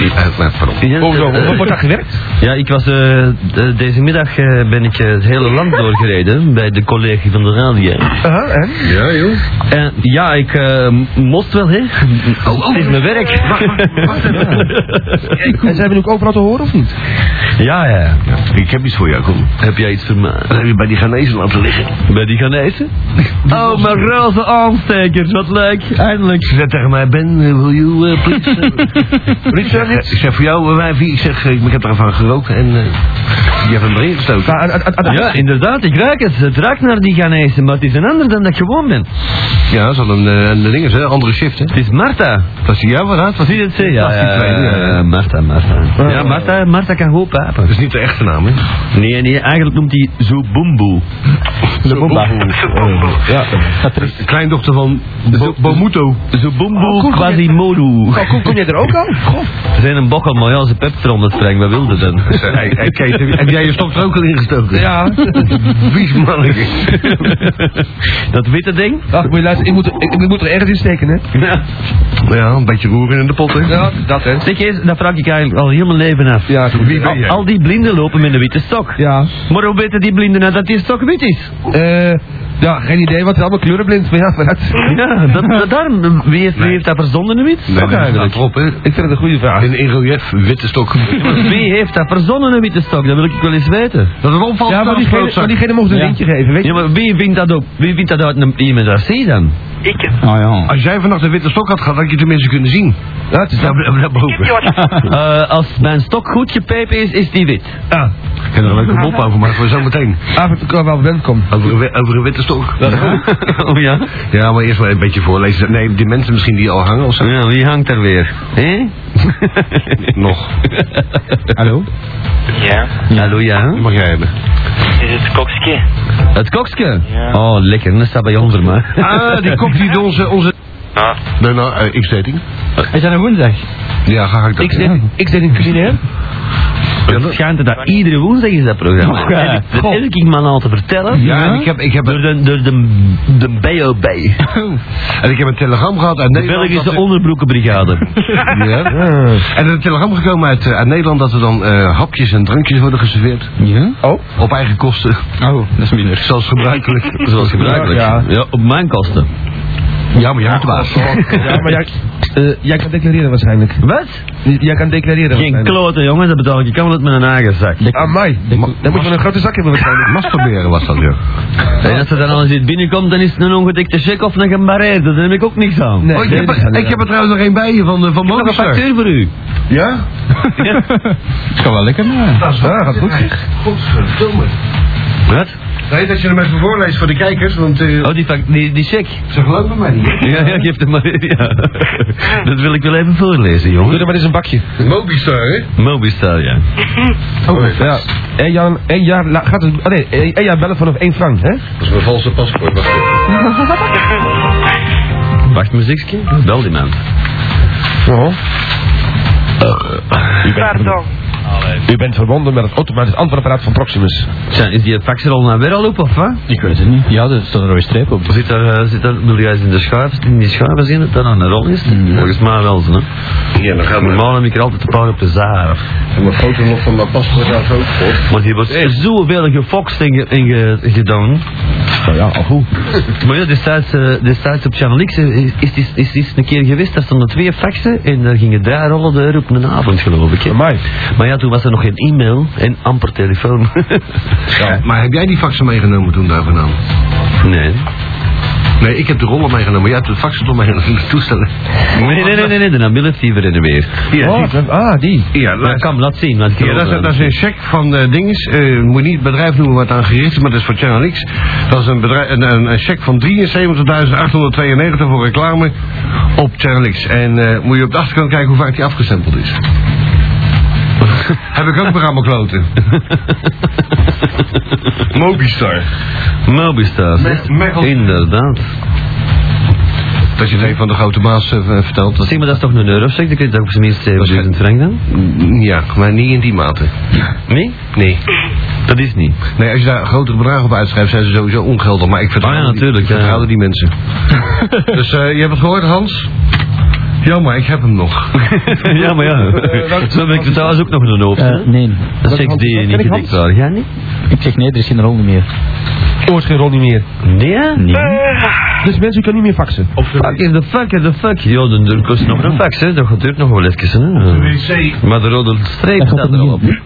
Speaker 4: Eh, nou, pardon.
Speaker 11: Hoezo? Hoe wordt dat gewerkt?
Speaker 5: Ja, ik was, eh, de- deze middag eh, ben ik eh, het hele land doorgereden bij de collega van de radio.
Speaker 11: Aha, en?
Speaker 4: Ja, joh.
Speaker 5: En ja, ik eh, moest wel, hè. Het is mijn werk.
Speaker 11: En zijn we ook overal te horen of niet?
Speaker 5: ja, ja.
Speaker 4: Ik heb iets voor jou, kom.
Speaker 5: Heb jij iets voor mij?
Speaker 4: Dan heb je bij die Ghanese laten liggen.
Speaker 5: Bij die Ghanese? Oh, mijn roze aanstekers, wat leuk. Eindelijk.
Speaker 4: Ze zei tegen mij, Ben, eh, wil you eh, please... eh, please have it? Ik zeg voor jou, eh, wijfie, ik zeg, eh, ik heb ervan geroken en eh, je hebt hem erin gestoken.
Speaker 11: Maar, aan- aan- aan-
Speaker 5: Ja, inderdaad, ik ruik het. Het ruikt naar die Ghanese, maar het is een ander dan dat ik gewoon ben.
Speaker 4: Ja, ze hadden een, eh, een ding, een andere shift, hè.
Speaker 5: Het is Marta.
Speaker 4: Dat is ja, wat
Speaker 5: Wat zie het zeggen? Ja,
Speaker 4: Dat is eh, die tweede, ja.
Speaker 5: Marta, Marta. Ja, Marta, Marta kan goed papen.
Speaker 4: Dat is niet de echte naam, hè.
Speaker 5: Nee, nee, eigenlijk noemt hij Zubumbu. Oh,
Speaker 4: Ja. Kleindochter van Bo Bomuto.
Speaker 5: Zubumbu Quasimodo.
Speaker 11: Oh, kom, kom jij er ook aan? Goh.
Speaker 5: Ze zijn een bokkel, maar ja, ze pept erom, dat Frank, wat wilde dan?
Speaker 4: Hey, hey, Kees, heb, heb jij je stok er ook al ingestoken? Ja. Vies mannetje.
Speaker 5: Dat witte ding?
Speaker 11: Ach, moet je luisteren, ik moet, ik, ik moet er ergens in steken, hè? Nou
Speaker 5: Ja.
Speaker 4: Ja, een beetje roer in de pot, hè.
Speaker 11: Ja, dat hè.
Speaker 5: Zeg eens, dat vraag ik eigenlijk al heel mijn leven af.
Speaker 11: Ja, goed.
Speaker 4: Wie ben
Speaker 5: Al,
Speaker 4: jij?
Speaker 5: al die blinden lopen met een witte stok.
Speaker 11: Ja.
Speaker 5: Maar hoe weten die blinden nou dat die stok wit is?
Speaker 11: Eh,
Speaker 7: Ja, geen idee, want het is allemaal kleurenblind. Maar ja, vooruit.
Speaker 5: Ja, dat, dat, daarom, wie heeft, wie heeft dat verzonnen nu iets?
Speaker 11: Nee, nee, dat op, hè.
Speaker 7: Ik vind het een goede vraag.
Speaker 11: In, in relief, witte stok.
Speaker 5: Wie heeft dat verzonnen een witte stok? Dat wil ik wel eens weten.
Speaker 11: Dat een opvalt.
Speaker 7: Ja, maar diegene, maar diegene mocht een
Speaker 5: Ja.
Speaker 7: lintje geven, weet je.
Speaker 5: Ja, maar wie vindt dat op? Wie vindt dat uit een IMSRC dan?
Speaker 10: Ik,
Speaker 11: Nou
Speaker 8: Oh ja.
Speaker 11: Als jij vannacht een witte stok had gehad, had je het tenminste kunnen zien.
Speaker 7: Ja, het is
Speaker 11: Daar, daar,
Speaker 10: ik heb
Speaker 11: boven.
Speaker 10: wat.
Speaker 5: Eh, als mijn stok goed gepepen is, is die wit.
Speaker 7: Ah,
Speaker 11: Ik kan er een leuke mop over maken voor zometeen.
Speaker 7: avond ik wel welkom.
Speaker 11: Over, een wi- over een witte stok.
Speaker 5: Oh ja?
Speaker 11: Ja, maar eerst wel een beetje voorlezen. Nee, die mensen misschien die al hangen of zo.
Speaker 5: Ja, wie hangt er weer? Hé?
Speaker 11: Nog.
Speaker 7: Hallo?
Speaker 9: Ja,
Speaker 5: Hallo, ja?
Speaker 11: Die mag jij hebben.
Speaker 9: is het kokske?
Speaker 5: Het kokske?
Speaker 9: Ja.
Speaker 5: Oh, lekker. Dat staat bij ons er maar.
Speaker 11: Ah, die kop die door onze... onze...
Speaker 9: Ja.
Speaker 11: Nee, nou, eh, ik zet die.
Speaker 7: Is dat een woensdag?
Speaker 11: Ja, ga ik dat
Speaker 5: Ik
Speaker 11: doen.
Speaker 5: zeg,
Speaker 7: Ik zit in culinair.
Speaker 5: het schijnt dat dat iedere woensdag is dat programma.
Speaker 7: Ja.
Speaker 5: En ik- Dat
Speaker 7: God.
Speaker 5: heb ik me al te vertellen.
Speaker 11: Ja, en ik heb, ik heb,
Speaker 5: Door de, door de, de BOB.
Speaker 11: en ik heb een telegram gehad uit
Speaker 5: De
Speaker 11: Nederland. dat
Speaker 5: Belgische
Speaker 11: ze-
Speaker 5: onderbroekenbrigade.
Speaker 11: Ja. En er een telegram gekomen uit, eh, uit Nederland dat er dan eh, hapjes en drankjes worden geserveerd.
Speaker 8: Ja?
Speaker 7: Oh?
Speaker 11: Op eigen kosten.
Speaker 8: Oh, dat is minder.
Speaker 11: Zoals gebruikelijk.
Speaker 5: Zoals gebruikelijk.
Speaker 7: Ja,
Speaker 5: op mijn kosten.
Speaker 11: Ja, maar jij hebt de baas.
Speaker 7: Ja, maar jij, eh, jij kan declareren waarschijnlijk.
Speaker 5: Wat?
Speaker 7: Jij kan declareren
Speaker 5: Geen
Speaker 7: waarschijnlijk.
Speaker 5: klote jongen, dat betaal ik. Ik kan het met een eigen zak.
Speaker 7: Amai, dan moet je wel een grote zak hebben waarschijnlijk.
Speaker 11: Masturberen was dat, ja.
Speaker 5: En als er dan alles iets binnenkomt, dan is het een ongedekte check of een gebarreerd. Daar heb ik ook niks aan.
Speaker 7: Nee,
Speaker 11: Oh, ik,
Speaker 7: nee,
Speaker 11: heb,
Speaker 7: dat is
Speaker 11: er- ik heb er trouwens nog één bij je van, eh, van
Speaker 5: Nog een
Speaker 11: Movistar.
Speaker 5: factuur voor u.
Speaker 7: Ja?
Speaker 8: Dat kan wel lekker, maar...
Speaker 11: Dat is
Speaker 7: Ja, gaat goed.
Speaker 11: Godverdomme.
Speaker 5: Wat?
Speaker 11: Nee, dat je hem even voorleest voor de kijkers, want eh,
Speaker 5: Oh, die, fac- die, die check.
Speaker 11: ze geloven mij niet.
Speaker 5: Ja, ja, geef het maar. Ja. Dat wil ik wel even voorlezen,
Speaker 7: Doe
Speaker 5: jongen.
Speaker 7: er maar eens een bakje.
Speaker 11: Mobistar, hè?
Speaker 5: Mobistar, ja.
Speaker 11: Oh,
Speaker 7: Ja. Eén jaar, één jaar la- gaat het. Oh nee, één één jaar bellen vanaf één frank, hè?
Speaker 11: Dat is mijn valse paspoort. Wacht even.
Speaker 5: Wacht, muziekje. Bel die man.
Speaker 7: Oh.
Speaker 10: Pardon.
Speaker 7: U bent verbonden met het automatisch antwoordapparaat van Proximus.
Speaker 5: Zijn, is die fax er al naar weer al op, of wat?
Speaker 8: Ik weet het niet. Ja, er staat een rode streep op.
Speaker 5: Zit daar, eh, zit daar, wil jij eens in de schuif, in die schuiven zien dat dat aan een rol is? Volgens mij wel, zo, hè.
Speaker 11: Ja, dan gaan we.
Speaker 5: Normaal heb ik er altijd een paar op de zaar.
Speaker 11: En mijn foto nog van mijn paspoort aan zo.
Speaker 5: Maar die wordt echt zoveel gefoxt en, ge, en ge- gedaan. Oh
Speaker 7: Nou ja, al goed.
Speaker 5: Maar ja, destijds, eh, destijds op Channel X eh, is, is, is, is, een keer geweest, daar stonden twee faxen en daar gingen drie rollen de euro op een avond, geloof ik. hè.
Speaker 7: Amai.
Speaker 5: Maar ja, toen was er nog geen e-mail en amper telefoon.
Speaker 11: Ja. Maar heb jij die faxen meegenomen toen daar vandaan?
Speaker 5: nee.
Speaker 11: Nee, ik heb de rollen meegenomen. Jij hebt de faxen toch meegenomen, de toestellen.
Speaker 5: Nee, nee, nee, nee, nee, de Nabil heeft die weer in de weer.
Speaker 7: Oh, dat- ah, die.
Speaker 11: Ja,
Speaker 5: Maar ik kan hem laten zien, want ik heb
Speaker 11: Ja, dat,
Speaker 5: ook,
Speaker 11: is,
Speaker 5: eh,
Speaker 11: dat is een cheque van eh dinges. eh, Ik moet niet het bedrijf noemen wat aan gericht is, maar dat is voor Channel X. Dat is een, bedrijf, een, een, een cheque van 73.892 voor reclame op Channel X. En eh, moet je op de achterkant kijken hoe vaak die afgestempeld is. Heb ik ook weer aan mijn kloten. Mobistar.
Speaker 5: Mobistar,
Speaker 11: Met- met-
Speaker 5: inderdaad.
Speaker 11: Dat je het een van de grote baas eh, vertelt. Dat,
Speaker 5: Zeg maar, dat is toch een euro, zeg? Dan kun je dat op zijn minst 7000 frank dan?
Speaker 11: Mm, ja, maar niet in die mate.
Speaker 5: Nee?
Speaker 11: Nee.
Speaker 5: Dat is niet.
Speaker 11: Nee, als je daar grotere bedragen op uitschrijft, zijn ze sowieso ongeldig. Maar ik vertrouw,
Speaker 5: Ah ja, natuurlijk,
Speaker 11: die, ik
Speaker 5: ja.
Speaker 11: vertrouw die mensen. dus eh, je hebt het gehoord, Hans? Jammer, ik heb hem nog. Eh,
Speaker 5: ja, maar ja. Zo ben ik er trouwens ook nog een hoofd. hè?
Speaker 8: nee.
Speaker 5: dat is seks die je
Speaker 7: wat
Speaker 5: niet
Speaker 7: ken ik,
Speaker 5: gedikt waren. Ja, niet?
Speaker 8: Ik zeg nee, er is geen rol meer.
Speaker 7: Ooit geen rol niet meer.
Speaker 5: Nee? hè?
Speaker 8: Nee?
Speaker 7: Dus mensen kunnen niet meer faxen.
Speaker 5: Fuck is the fuck is the fuck. Ja, dan dan kost nog een fax, hè. Dat duurt nog wel even, hè. Maar de rode streep
Speaker 8: Dat gaat
Speaker 5: staat
Speaker 8: er
Speaker 5: erop.
Speaker 8: niet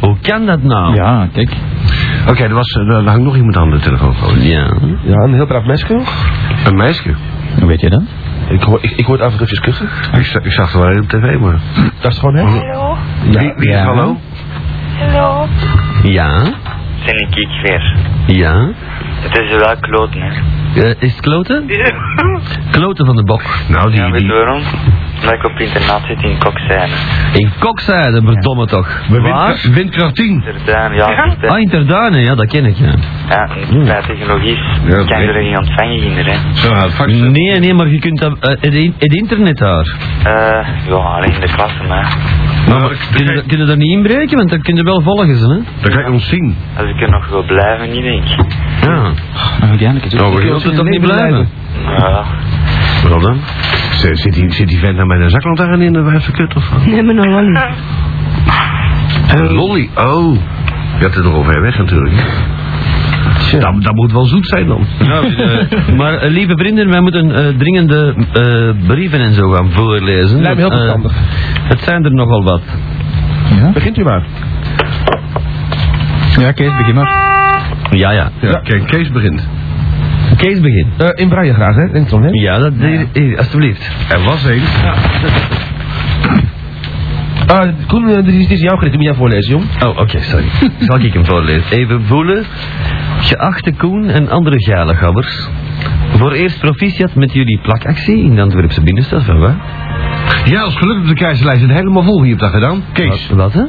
Speaker 5: Hoe kan dat nou?
Speaker 8: Ja,
Speaker 11: Ah,
Speaker 8: kijk.
Speaker 11: Oké, er, was- er, er hangt nog iemand aan de telefoon. geloof ik.
Speaker 5: Ja.
Speaker 7: Ja, een heel braaf mesje.
Speaker 11: Een meisje.
Speaker 8: Hoe weet je dat?
Speaker 7: Ik hoor, ik, ik hoor het af en toe even kussen.
Speaker 11: Ik, za- ik zag het wel op tv, maar...
Speaker 7: Dat is gewoon hè?
Speaker 9: Hallo?
Speaker 11: Wie, wie is
Speaker 8: Ja.
Speaker 11: hallo?
Speaker 9: Hallo?
Speaker 5: Ja.
Speaker 9: Zijn ik ik weer?
Speaker 5: Ja.
Speaker 9: Het is wel kloten, hè?
Speaker 5: Eh, is het kloten? Kloten van de bok.
Speaker 11: Nou, die...
Speaker 9: Ja, weet je
Speaker 11: die...
Speaker 9: waarom? Omdat ik op internaat zit in Kokzijnen.
Speaker 5: In kokzijde, verdomme toch.
Speaker 11: Windkracht, windkracht 10.
Speaker 9: Verdaan, ja,
Speaker 5: Ah,
Speaker 9: Verdaan.
Speaker 5: in Terdane, ja, dat ken ik, ja.
Speaker 9: Ja,
Speaker 5: Hm.
Speaker 9: bij technologie
Speaker 11: dat
Speaker 9: kan je
Speaker 11: weet
Speaker 9: er niet ontvangen, kinderen.
Speaker 11: Zo, het fax.
Speaker 5: Nee, nee, maar je kunt dat... eh, het, in- het internet daar.
Speaker 9: Eh, ja, alleen in de klassen, hè.
Speaker 11: Nou, dan,
Speaker 5: Kunnen
Speaker 11: dan,
Speaker 5: je daar niet inbreken? Want dan kun je wel volgen, ze, hè.
Speaker 11: kan je ons zien.
Speaker 9: Als ik er nog wil blijven, niet denk ik.
Speaker 5: Ja.
Speaker 8: Maar uiteindelijk is het...
Speaker 11: Nou,
Speaker 5: Je
Speaker 11: we
Speaker 5: wilt er toch niet blijven?
Speaker 9: Nou Ja,
Speaker 11: Waarom dan? Zit, zit, die, zit die vent nou met een zaklantaarn in de wijze kut of wat?
Speaker 1: Nee, maar nog wel niet.
Speaker 11: Een lolly, oh. Je had het nog over weg natuurlijk. Dat, dat moet wel zoet zijn dan.
Speaker 7: dus,
Speaker 5: Nou, eh, maar eh, lieve vrienden, wij moeten eh, dringende eh, brieven en zo gaan voorlezen.
Speaker 7: Lijkt me heel
Speaker 5: Eh,
Speaker 7: verstandig.
Speaker 5: het zijn er nogal wat.
Speaker 8: Begint u maar. Ja, Kees, begin maar.
Speaker 5: Ja, ja.
Speaker 11: Ja, Kijk, Kees begint.
Speaker 5: Kees begin.
Speaker 7: Eh, in Braille graag, hè? In hè?
Speaker 5: Ja, dat, eh, eh, alsjeblieft.
Speaker 11: Nou Er was één.
Speaker 7: Ah, Koen, eh, dit is, dit is jouw gedicht. Die moet jij voorlezen, jong.
Speaker 5: Oh, oké, sorry. Zal ik hem voorlezen? Even voelen. Geachte Koen en andere galengabbers. Voor eerst proficiat met jullie plakactie in de Antwerpse binnenstad, van waar?
Speaker 11: Ja, als gelukkig op de keizerlijst zit helemaal vol. Wie hebt dat gedaan? Kees.
Speaker 5: Wat, wat hè?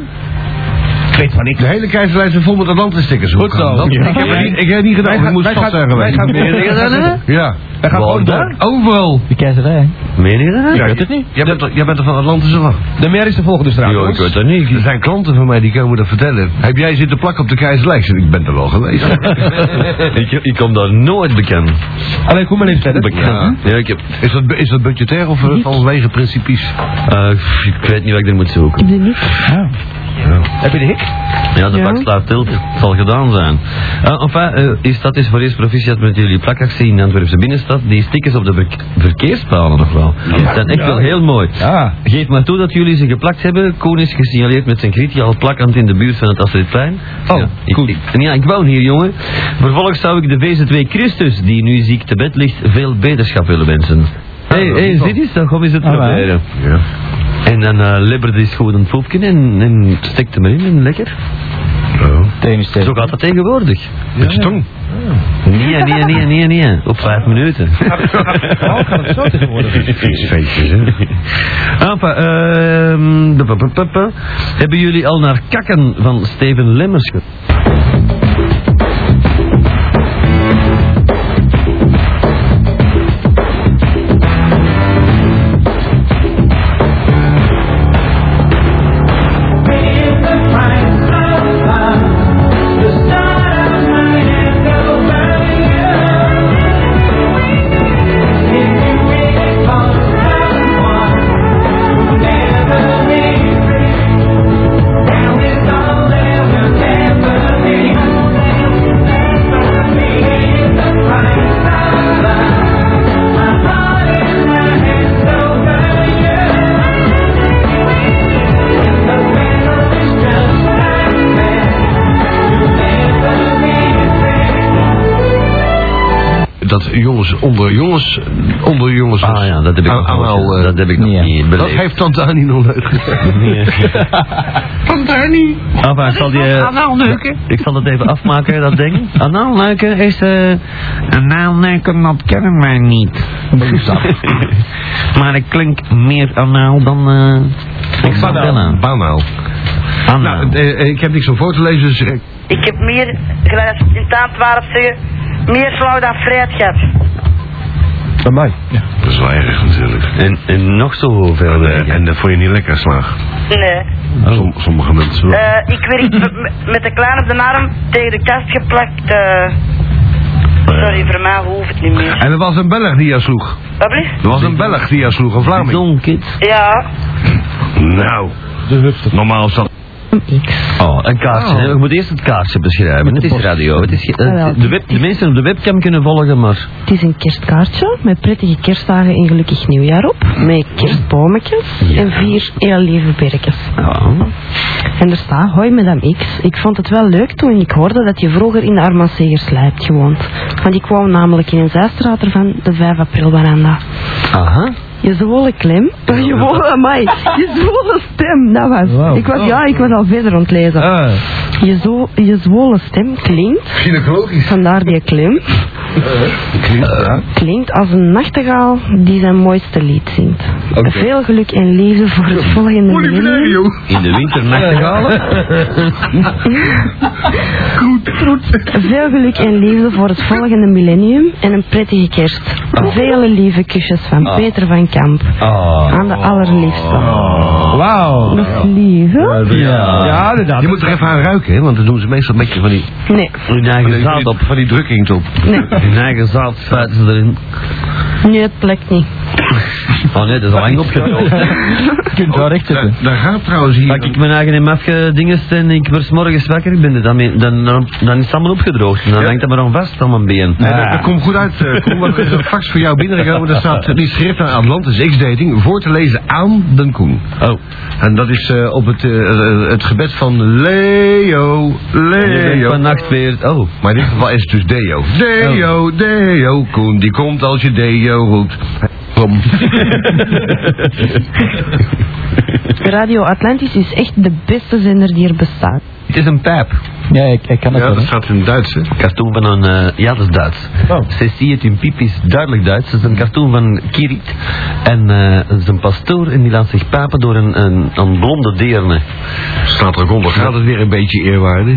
Speaker 7: Ik weet van
Speaker 11: De
Speaker 7: niks.
Speaker 11: hele keizerlijst zit vol met Atlantis-stickers. Hoe
Speaker 7: Goed zo.
Speaker 11: kan dat?
Speaker 7: Ja.
Speaker 11: Ik, heb het niet, ik heb het niet
Speaker 7: Wij
Speaker 11: gedaan,
Speaker 7: gaan-
Speaker 11: ik moest
Speaker 7: wij
Speaker 11: vast
Speaker 7: gaan-
Speaker 11: zijn
Speaker 7: wij
Speaker 11: geweest.
Speaker 7: gaan- Meen je dat, hè?
Speaker 11: Ja.
Speaker 7: Wij gaan
Speaker 5: Waar
Speaker 7: gewoon
Speaker 5: dan?
Speaker 7: door.
Speaker 11: Overal.
Speaker 8: De keizerij.
Speaker 5: Meen je dat?
Speaker 11: Ja,
Speaker 7: weet het niet.
Speaker 11: Jij bent, jij bent er van Atlantis of wat?
Speaker 7: De meer is de volgende straat.
Speaker 5: Jo, ik
Speaker 7: jongens.
Speaker 5: weet dat niet.
Speaker 11: Er zijn klanten van mij die komen dat vertellen. Heb jij zitten plakken op de keizerlijst? Ik ben er wel geweest.
Speaker 5: ik, ik kom daar nooit bekend.
Speaker 7: Allee, kom maar even verder.
Speaker 5: Bekend. Ja, ik heb...
Speaker 11: Is dat, bu- is dat budgetair of eh, vanwege principies?
Speaker 5: eh, pff, ik weet niet wat ik er moet zoeken.
Speaker 7: Heb je de hik?
Speaker 5: Ja, de
Speaker 1: Ja.
Speaker 5: pak slaat tilt. Het zal gedaan zijn. Eh, enfin, eh, is dat is voor eerst proficiat met jullie plakactie in de Antwerpse binnenstad. Die stickers op de verk- verkeerspalen nog wel. Dat zijn echt wel heel mooi.
Speaker 7: Ja.
Speaker 5: Geef maar toe dat jullie ze geplakt hebben. Koen is gesignaleerd met zijn kritiek al plakkend in de buurt van het Astridplein.
Speaker 7: Oh,
Speaker 5: ja, ik,
Speaker 7: goed.
Speaker 5: ik, ja, ik woon hier, jongen. Vervolgens zou ik de VZW Christus, die nu ziek te bed ligt, veel beterschap willen wensen. Hé, hey, hey, zit eens, dan kom eens
Speaker 7: Ah,
Speaker 5: het proberen.
Speaker 11: Ja.
Speaker 5: En dan eh libberde hij gewoon een poepje en, en stekte hem erin en lekker. Zo gaat dat tegenwoordig.
Speaker 11: Met stong.
Speaker 5: Nee, nee, nee, nee, nee. Op vijf minuten.
Speaker 7: Oh, gaat het zo tegenwoordig?
Speaker 11: Feestjes, hè?
Speaker 5: Enfin, ehm, pa, pa, pa, pa. Hebben jullie al naar kakken van Steven Lemmers ge-
Speaker 11: Dat jongens onder jongens, onder jongens.
Speaker 5: Ah ja, dat heb ik
Speaker 11: Ah,
Speaker 5: nog
Speaker 11: ah,
Speaker 5: nooit-
Speaker 11: wel, eh,
Speaker 5: dat heb ik nog
Speaker 8: nee.
Speaker 5: niet
Speaker 11: dat
Speaker 5: beleefd.
Speaker 11: heeft Tante Annie nog nooit gezegd.
Speaker 5: Enfin, ik zal die... eh, Ik zal dat even afmaken, dat ding. Anaalleuken is... eh Anaalleuken, dat kennen wij niet. maar ik klink meer anaal dan... eh ik zal bellen.
Speaker 11: Banaal.
Speaker 5: Anaal.
Speaker 11: Nou, eh, eh, ik heb niks om voor te lezen, dus eh,
Speaker 10: Ik heb meer, gelijk als ze in taal 12 zeggen, meer flauw dan vrijheid gehad.
Speaker 7: Bij mij.
Speaker 11: dat is wel erg natuurlijk.
Speaker 5: En, en nog zoveel.
Speaker 11: En,
Speaker 5: dingen.
Speaker 11: eh, en dat vond je niet lekker slaag.
Speaker 10: Nee.
Speaker 11: Som- sommige mensen wel.
Speaker 10: Eh, ik werk met- met de kraan op de arm tegen de kast geplakt. eh. sorry, voor mij hoeft het niet meer.
Speaker 11: Oh En er was een Belg die jou sloeg.
Speaker 10: Wat blieft?
Speaker 11: Er was een Belg die jou sloeg, een Vlaming.
Speaker 5: Dom, kid.
Speaker 10: Ja.
Speaker 11: Nou,
Speaker 7: De hufte.
Speaker 11: normaal zat
Speaker 5: Oh, een kaartje. hè. We moeten eerst het kaartje beschrijven. Het is radio. Het is, ge- eh,
Speaker 1: Ah, wel.
Speaker 5: de, web, de mensen op de webcam kunnen volgen, maar...
Speaker 1: Het is een kerstkaartje met prettige kerstdagen en gelukkig nieuwjaar op. Met kerstbometjes en vier heel lieve berkjes.
Speaker 5: Ja.
Speaker 1: En er staat, hoi madame X. Ik vond het wel leuk toen ik hoorde dat je vroeger in de Armansegerslijp gewoond. Want ik woon namelijk in een zijstraat ervan, de 5 april veranda.
Speaker 5: Aha.
Speaker 1: Je zwolle klem, je zwolle, amai, je zwolle stem, dat was.
Speaker 7: Wauw.
Speaker 1: Ik was, ja, ik was al verder
Speaker 5: Oh.
Speaker 1: ontlezen.
Speaker 7: Ah.
Speaker 1: Je, zo, je zwolle stem klinkt,
Speaker 11: gynaecologisch.
Speaker 1: vandaar die klem,
Speaker 5: Ah, eh,
Speaker 1: klinkt als een nachtegaal die zijn mooiste lied zingt. Veel geluk en liefde voor het volgende millennium.
Speaker 5: In de winternacht.
Speaker 1: Veel geluk en liefde voor het volgende millennium en een prettige kerst. Vele lieve kusjes van Peter van Kamp.
Speaker 5: Ah.
Speaker 1: Aan de allerliefste.
Speaker 7: Wauw.
Speaker 1: Dat is lief, hè?
Speaker 5: Ja.
Speaker 7: Ja, inderdaad.
Speaker 11: Je moet er even aan ruiken, hè, want dan doen ze meestal een beetje van die,
Speaker 1: Nee,
Speaker 5: Hun eigen
Speaker 11: van
Speaker 5: zaad
Speaker 11: die,
Speaker 5: op.
Speaker 11: van die drukking op.
Speaker 1: nee,
Speaker 5: Hun eigen zaad spuiten ze erin.
Speaker 1: nee, het plekt niet.
Speaker 5: Oh nee, dat is al lang opgedroogd. Je kunt wel recht zitten.
Speaker 11: Daar gaat trouwens hier...
Speaker 5: Pak ik mijn eigen in afgedingest en ik word 's morgens wakker, ik ben er dan, mee- dan, dan, dan is het allemaal opgedroogd. En dan hangt dat maar aan vast aan mijn been.
Speaker 11: Nee, dat, dat komt goed uit. eh, Koen, want er is een fax voor jou binnengekomen. Daar staat die schrift aan Atlantis X-dating voor te lezen aan Den Koen.
Speaker 5: Oh.
Speaker 11: En dat is eh, op het, eh, eh, het gebed van Leo.
Speaker 5: bent
Speaker 11: Leo.
Speaker 5: vannacht weer. Oh.
Speaker 11: Maar in dit geval is het dus Deo. Deo, Deo, Koen. Die komt als je Deo roept. Kom.
Speaker 1: Radio Atlantis is echt de beste zender die er bestaat.
Speaker 5: Het is een pijp.
Speaker 14: Ja, ik, ik kan het
Speaker 11: Ja,
Speaker 14: wel.
Speaker 11: dat
Speaker 14: hè.
Speaker 11: staat in het Duits, hè.
Speaker 5: Cartoon van een. eh, ja, dat is Duits.
Speaker 14: Oh.
Speaker 5: Ceci het in Piep is duidelijk Duits. Het is een cartoon van Kirit. En eh, het is een pastoor en die laat zich papen door een, een, een blonde deerne.
Speaker 11: Staat er ook onder. Gaat het weer een beetje eerwaarde?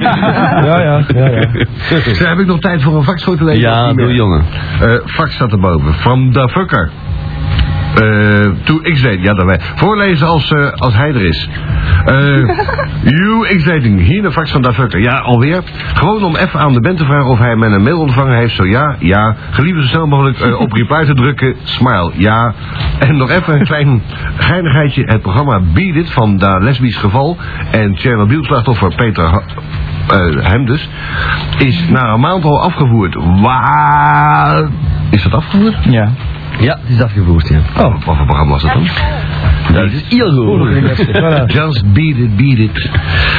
Speaker 14: Ja, ja, ja, ja.
Speaker 11: Dus heb ik nog tijd voor een fax voor te lezen?
Speaker 5: Ja,
Speaker 11: Of niet
Speaker 5: doe,
Speaker 11: meer?
Speaker 5: jongen.
Speaker 11: Eh, fax staat erboven. Van de fucker. Toe Eh, x ja dat wij. Voorlezen als, eh, als hij er is. You x hier de fax van Da Fucker. Ja, alweer. Gewoon om even aan de band te vragen of hij mijn mail ontvangen heeft. Zo ja, ja. Gelieve zo snel mogelijk eh, op reply te drukken. Smile, ja. En nog even een klein geinigheidje. Het programma Beat It van Da Lesbisch Geval en Chernobyl slachtoffer Peter Ha- eh, hem dus, is na een maand al afgevoerd. Waar? Is dat afgevoerd?
Speaker 14: Ja.
Speaker 5: Ja, het is afgevoerd, ja.
Speaker 11: Oh, wat voor programma was dat dan?
Speaker 5: Dat is heel goed.
Speaker 11: Just beat it, beat it.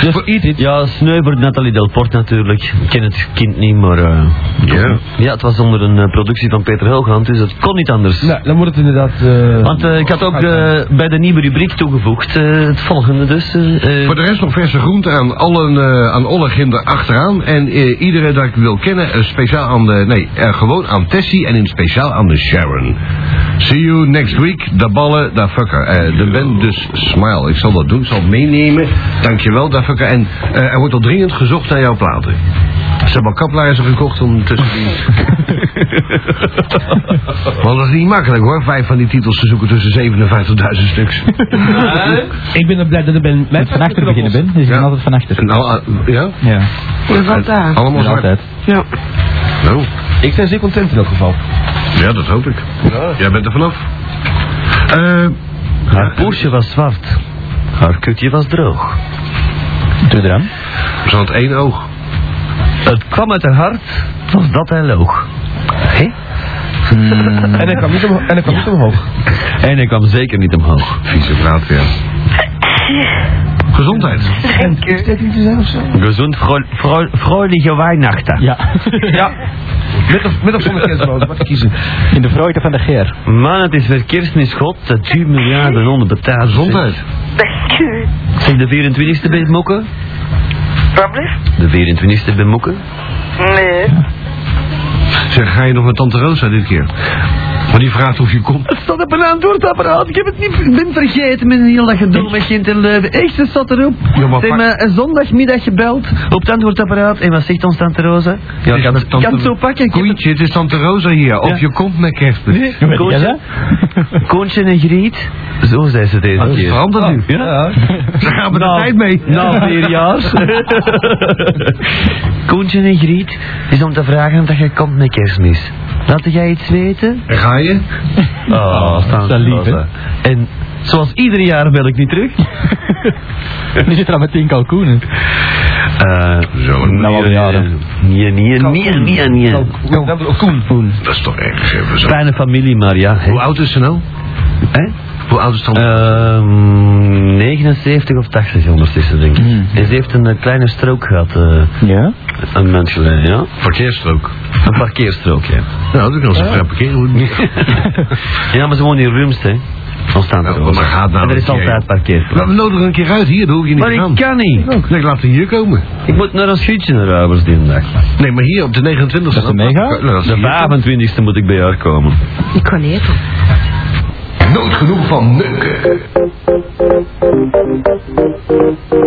Speaker 5: Dus eat it. Ja, sneu voor Nathalie Delport natuurlijk. Ik ken het kind niet, maar... eh,
Speaker 11: Ja.
Speaker 5: ja, het was onder een eh, productie van Peter Helgaand, dus het kon niet anders.
Speaker 14: Nou, dan moet het inderdaad... eh,
Speaker 5: Want eh, ik had ook eh, bij de nieuwe rubriek toegevoegd, eh, het volgende dus. eh, eh,
Speaker 11: Voor de rest nog verse groente aan allen, eh, aan alle ginder achteraan. En eh, iedereen dat ik wil kennen, eh, speciaal aan de, nee, eh, gewoon aan Tessie en in het speciaal aan de Sharon. See you next week, da ballen, da fucker. Eh, de band dus smile. Ik zal dat doen, ik zal het meenemen. Dankjewel, da fucker. En eh, er wordt al dringend gezocht naar jouw platen. Ze hebben al kaplaarzen gekocht om tussen die... Want dat is niet makkelijk hoor, vijf van die titels te zoeken tussen 57.000 stuks.
Speaker 14: Ik ben er blij dat ik ben met van achter beginnen ben. Dus ik ben altijd van achter.
Speaker 11: Nou, eh, ja?
Speaker 14: Ja.
Speaker 1: Dat valt daar.
Speaker 11: Allemaal
Speaker 14: Ja,
Speaker 11: zwart.
Speaker 14: altijd.
Speaker 1: Ja.
Speaker 11: Nou,
Speaker 14: Ik ben zeer content in elk geval.
Speaker 11: ja, dat hoop ik. Jij bent er vanaf. Eh,
Speaker 5: haar poesje was zwart. Haar kutje was droog.
Speaker 14: Doe eraan.
Speaker 11: ze had één oog.
Speaker 5: Het kwam uit haar hart, was dat hij loog. Hé?
Speaker 11: Mm.
Speaker 14: En ik kwam niet, omho- en ik kwam niet omhoog.
Speaker 5: En hij kwam zeker niet omhoog.
Speaker 11: Vieze praat weer. Gezondheid.
Speaker 14: En stekking te zijn of zo?
Speaker 5: Gezond, vrool- vrool- vrolijke Weihnachten.
Speaker 14: Ja.
Speaker 5: Ja.
Speaker 14: Met of, met of zonder kerstbrood, wat kiezen? In de vreugde van de geer.
Speaker 5: Man, het is weer kerstmis, god, dat 10 miljarden onderbetaald.
Speaker 11: Gezondheid.
Speaker 10: Dank u.
Speaker 5: Zeg, de 24e bij Mokken?
Speaker 10: Alsjeblieft.
Speaker 5: De 24e bij Mokken?
Speaker 10: Nee.
Speaker 11: Zeg, ga je nog met Tante Rosa dit keer? Maar die vraagt of je komt.
Speaker 5: Het staat op een antwoordapparaat. Ik heb het niet ik ben vergeten met heel dat gedoe met kind en leuven. Echt, ze zat erop.
Speaker 11: Ja, maar
Speaker 5: Ze heeft
Speaker 11: pak-
Speaker 5: me een zondagmiddag gebeld op het antwoordapparaat. En wat zegt ons tante Rosa? Ja, ik
Speaker 11: Het
Speaker 5: kan,
Speaker 11: is
Speaker 5: ik kan het zo pakken. Ik heb het-
Speaker 11: Koentje, het is Tante Rosa hier. Of je komt met kerstmis.
Speaker 5: Koontje, Koontje en Griet. Zo zijn ze deze
Speaker 11: Dat
Speaker 5: keer.
Speaker 11: verandert nu.
Speaker 5: Oh. Ja.
Speaker 11: Ze gaan met de
Speaker 5: Nou,
Speaker 11: tijd mee.
Speaker 5: Na vier jaar. Koontje en Griet is om te vragen dat je komt met kerstmis. Laat jij iets weten?
Speaker 11: En ga je?
Speaker 5: Oh, staan
Speaker 14: dat is lief, hè?
Speaker 5: En zoals ieder jaar bel ik niet terug.
Speaker 14: Nu zit er al met tien kalkoenen.
Speaker 5: Eh,
Speaker 11: Zo,
Speaker 14: Nou, al jaren.
Speaker 5: Nee, nee, nee, nee, nee.
Speaker 14: Kalkoen.
Speaker 11: eh, dat is toch erg. even zo.
Speaker 5: Kleine familie, maar ja. hè.
Speaker 11: Hoe oud is ze nou?
Speaker 5: Hè?
Speaker 11: Hoe oud is Tante
Speaker 5: Ehm, 79 of 80 ondertussen, denk ik.
Speaker 14: Hmm.
Speaker 5: En ze heeft een eh, kleine strook gehad, eh,
Speaker 14: Ja?
Speaker 5: een maand geleden, ja.
Speaker 11: Verkeersstrook.
Speaker 5: Een parkeerstrook, ja.
Speaker 14: Eh.
Speaker 11: Nou, dat kan ze vrij parkeren. hoe het moet.
Speaker 5: Ja, maar ze woont in Rumst, hè. Ontstaan
Speaker 11: Ja, maar gaat nou
Speaker 5: En er is
Speaker 11: een
Speaker 5: altijd
Speaker 11: keer, Nou, we
Speaker 5: parkeerplaats.
Speaker 11: nodigen een keer uit hier, dat hoef je niet
Speaker 5: Maar
Speaker 11: te gaan.
Speaker 5: ik kan niet.
Speaker 11: Ik laat haar hier komen.
Speaker 5: Ik moet naar een schuitje naar Ruibers die dag.
Speaker 11: Nee, maar hier op de 29e.
Speaker 14: Dat ze meegaan?
Speaker 11: Nou, als ze
Speaker 5: De
Speaker 11: hier
Speaker 5: 25e moet ik bij haar komen.
Speaker 1: Ik kan eten.
Speaker 11: Nooit genoeg van neuken.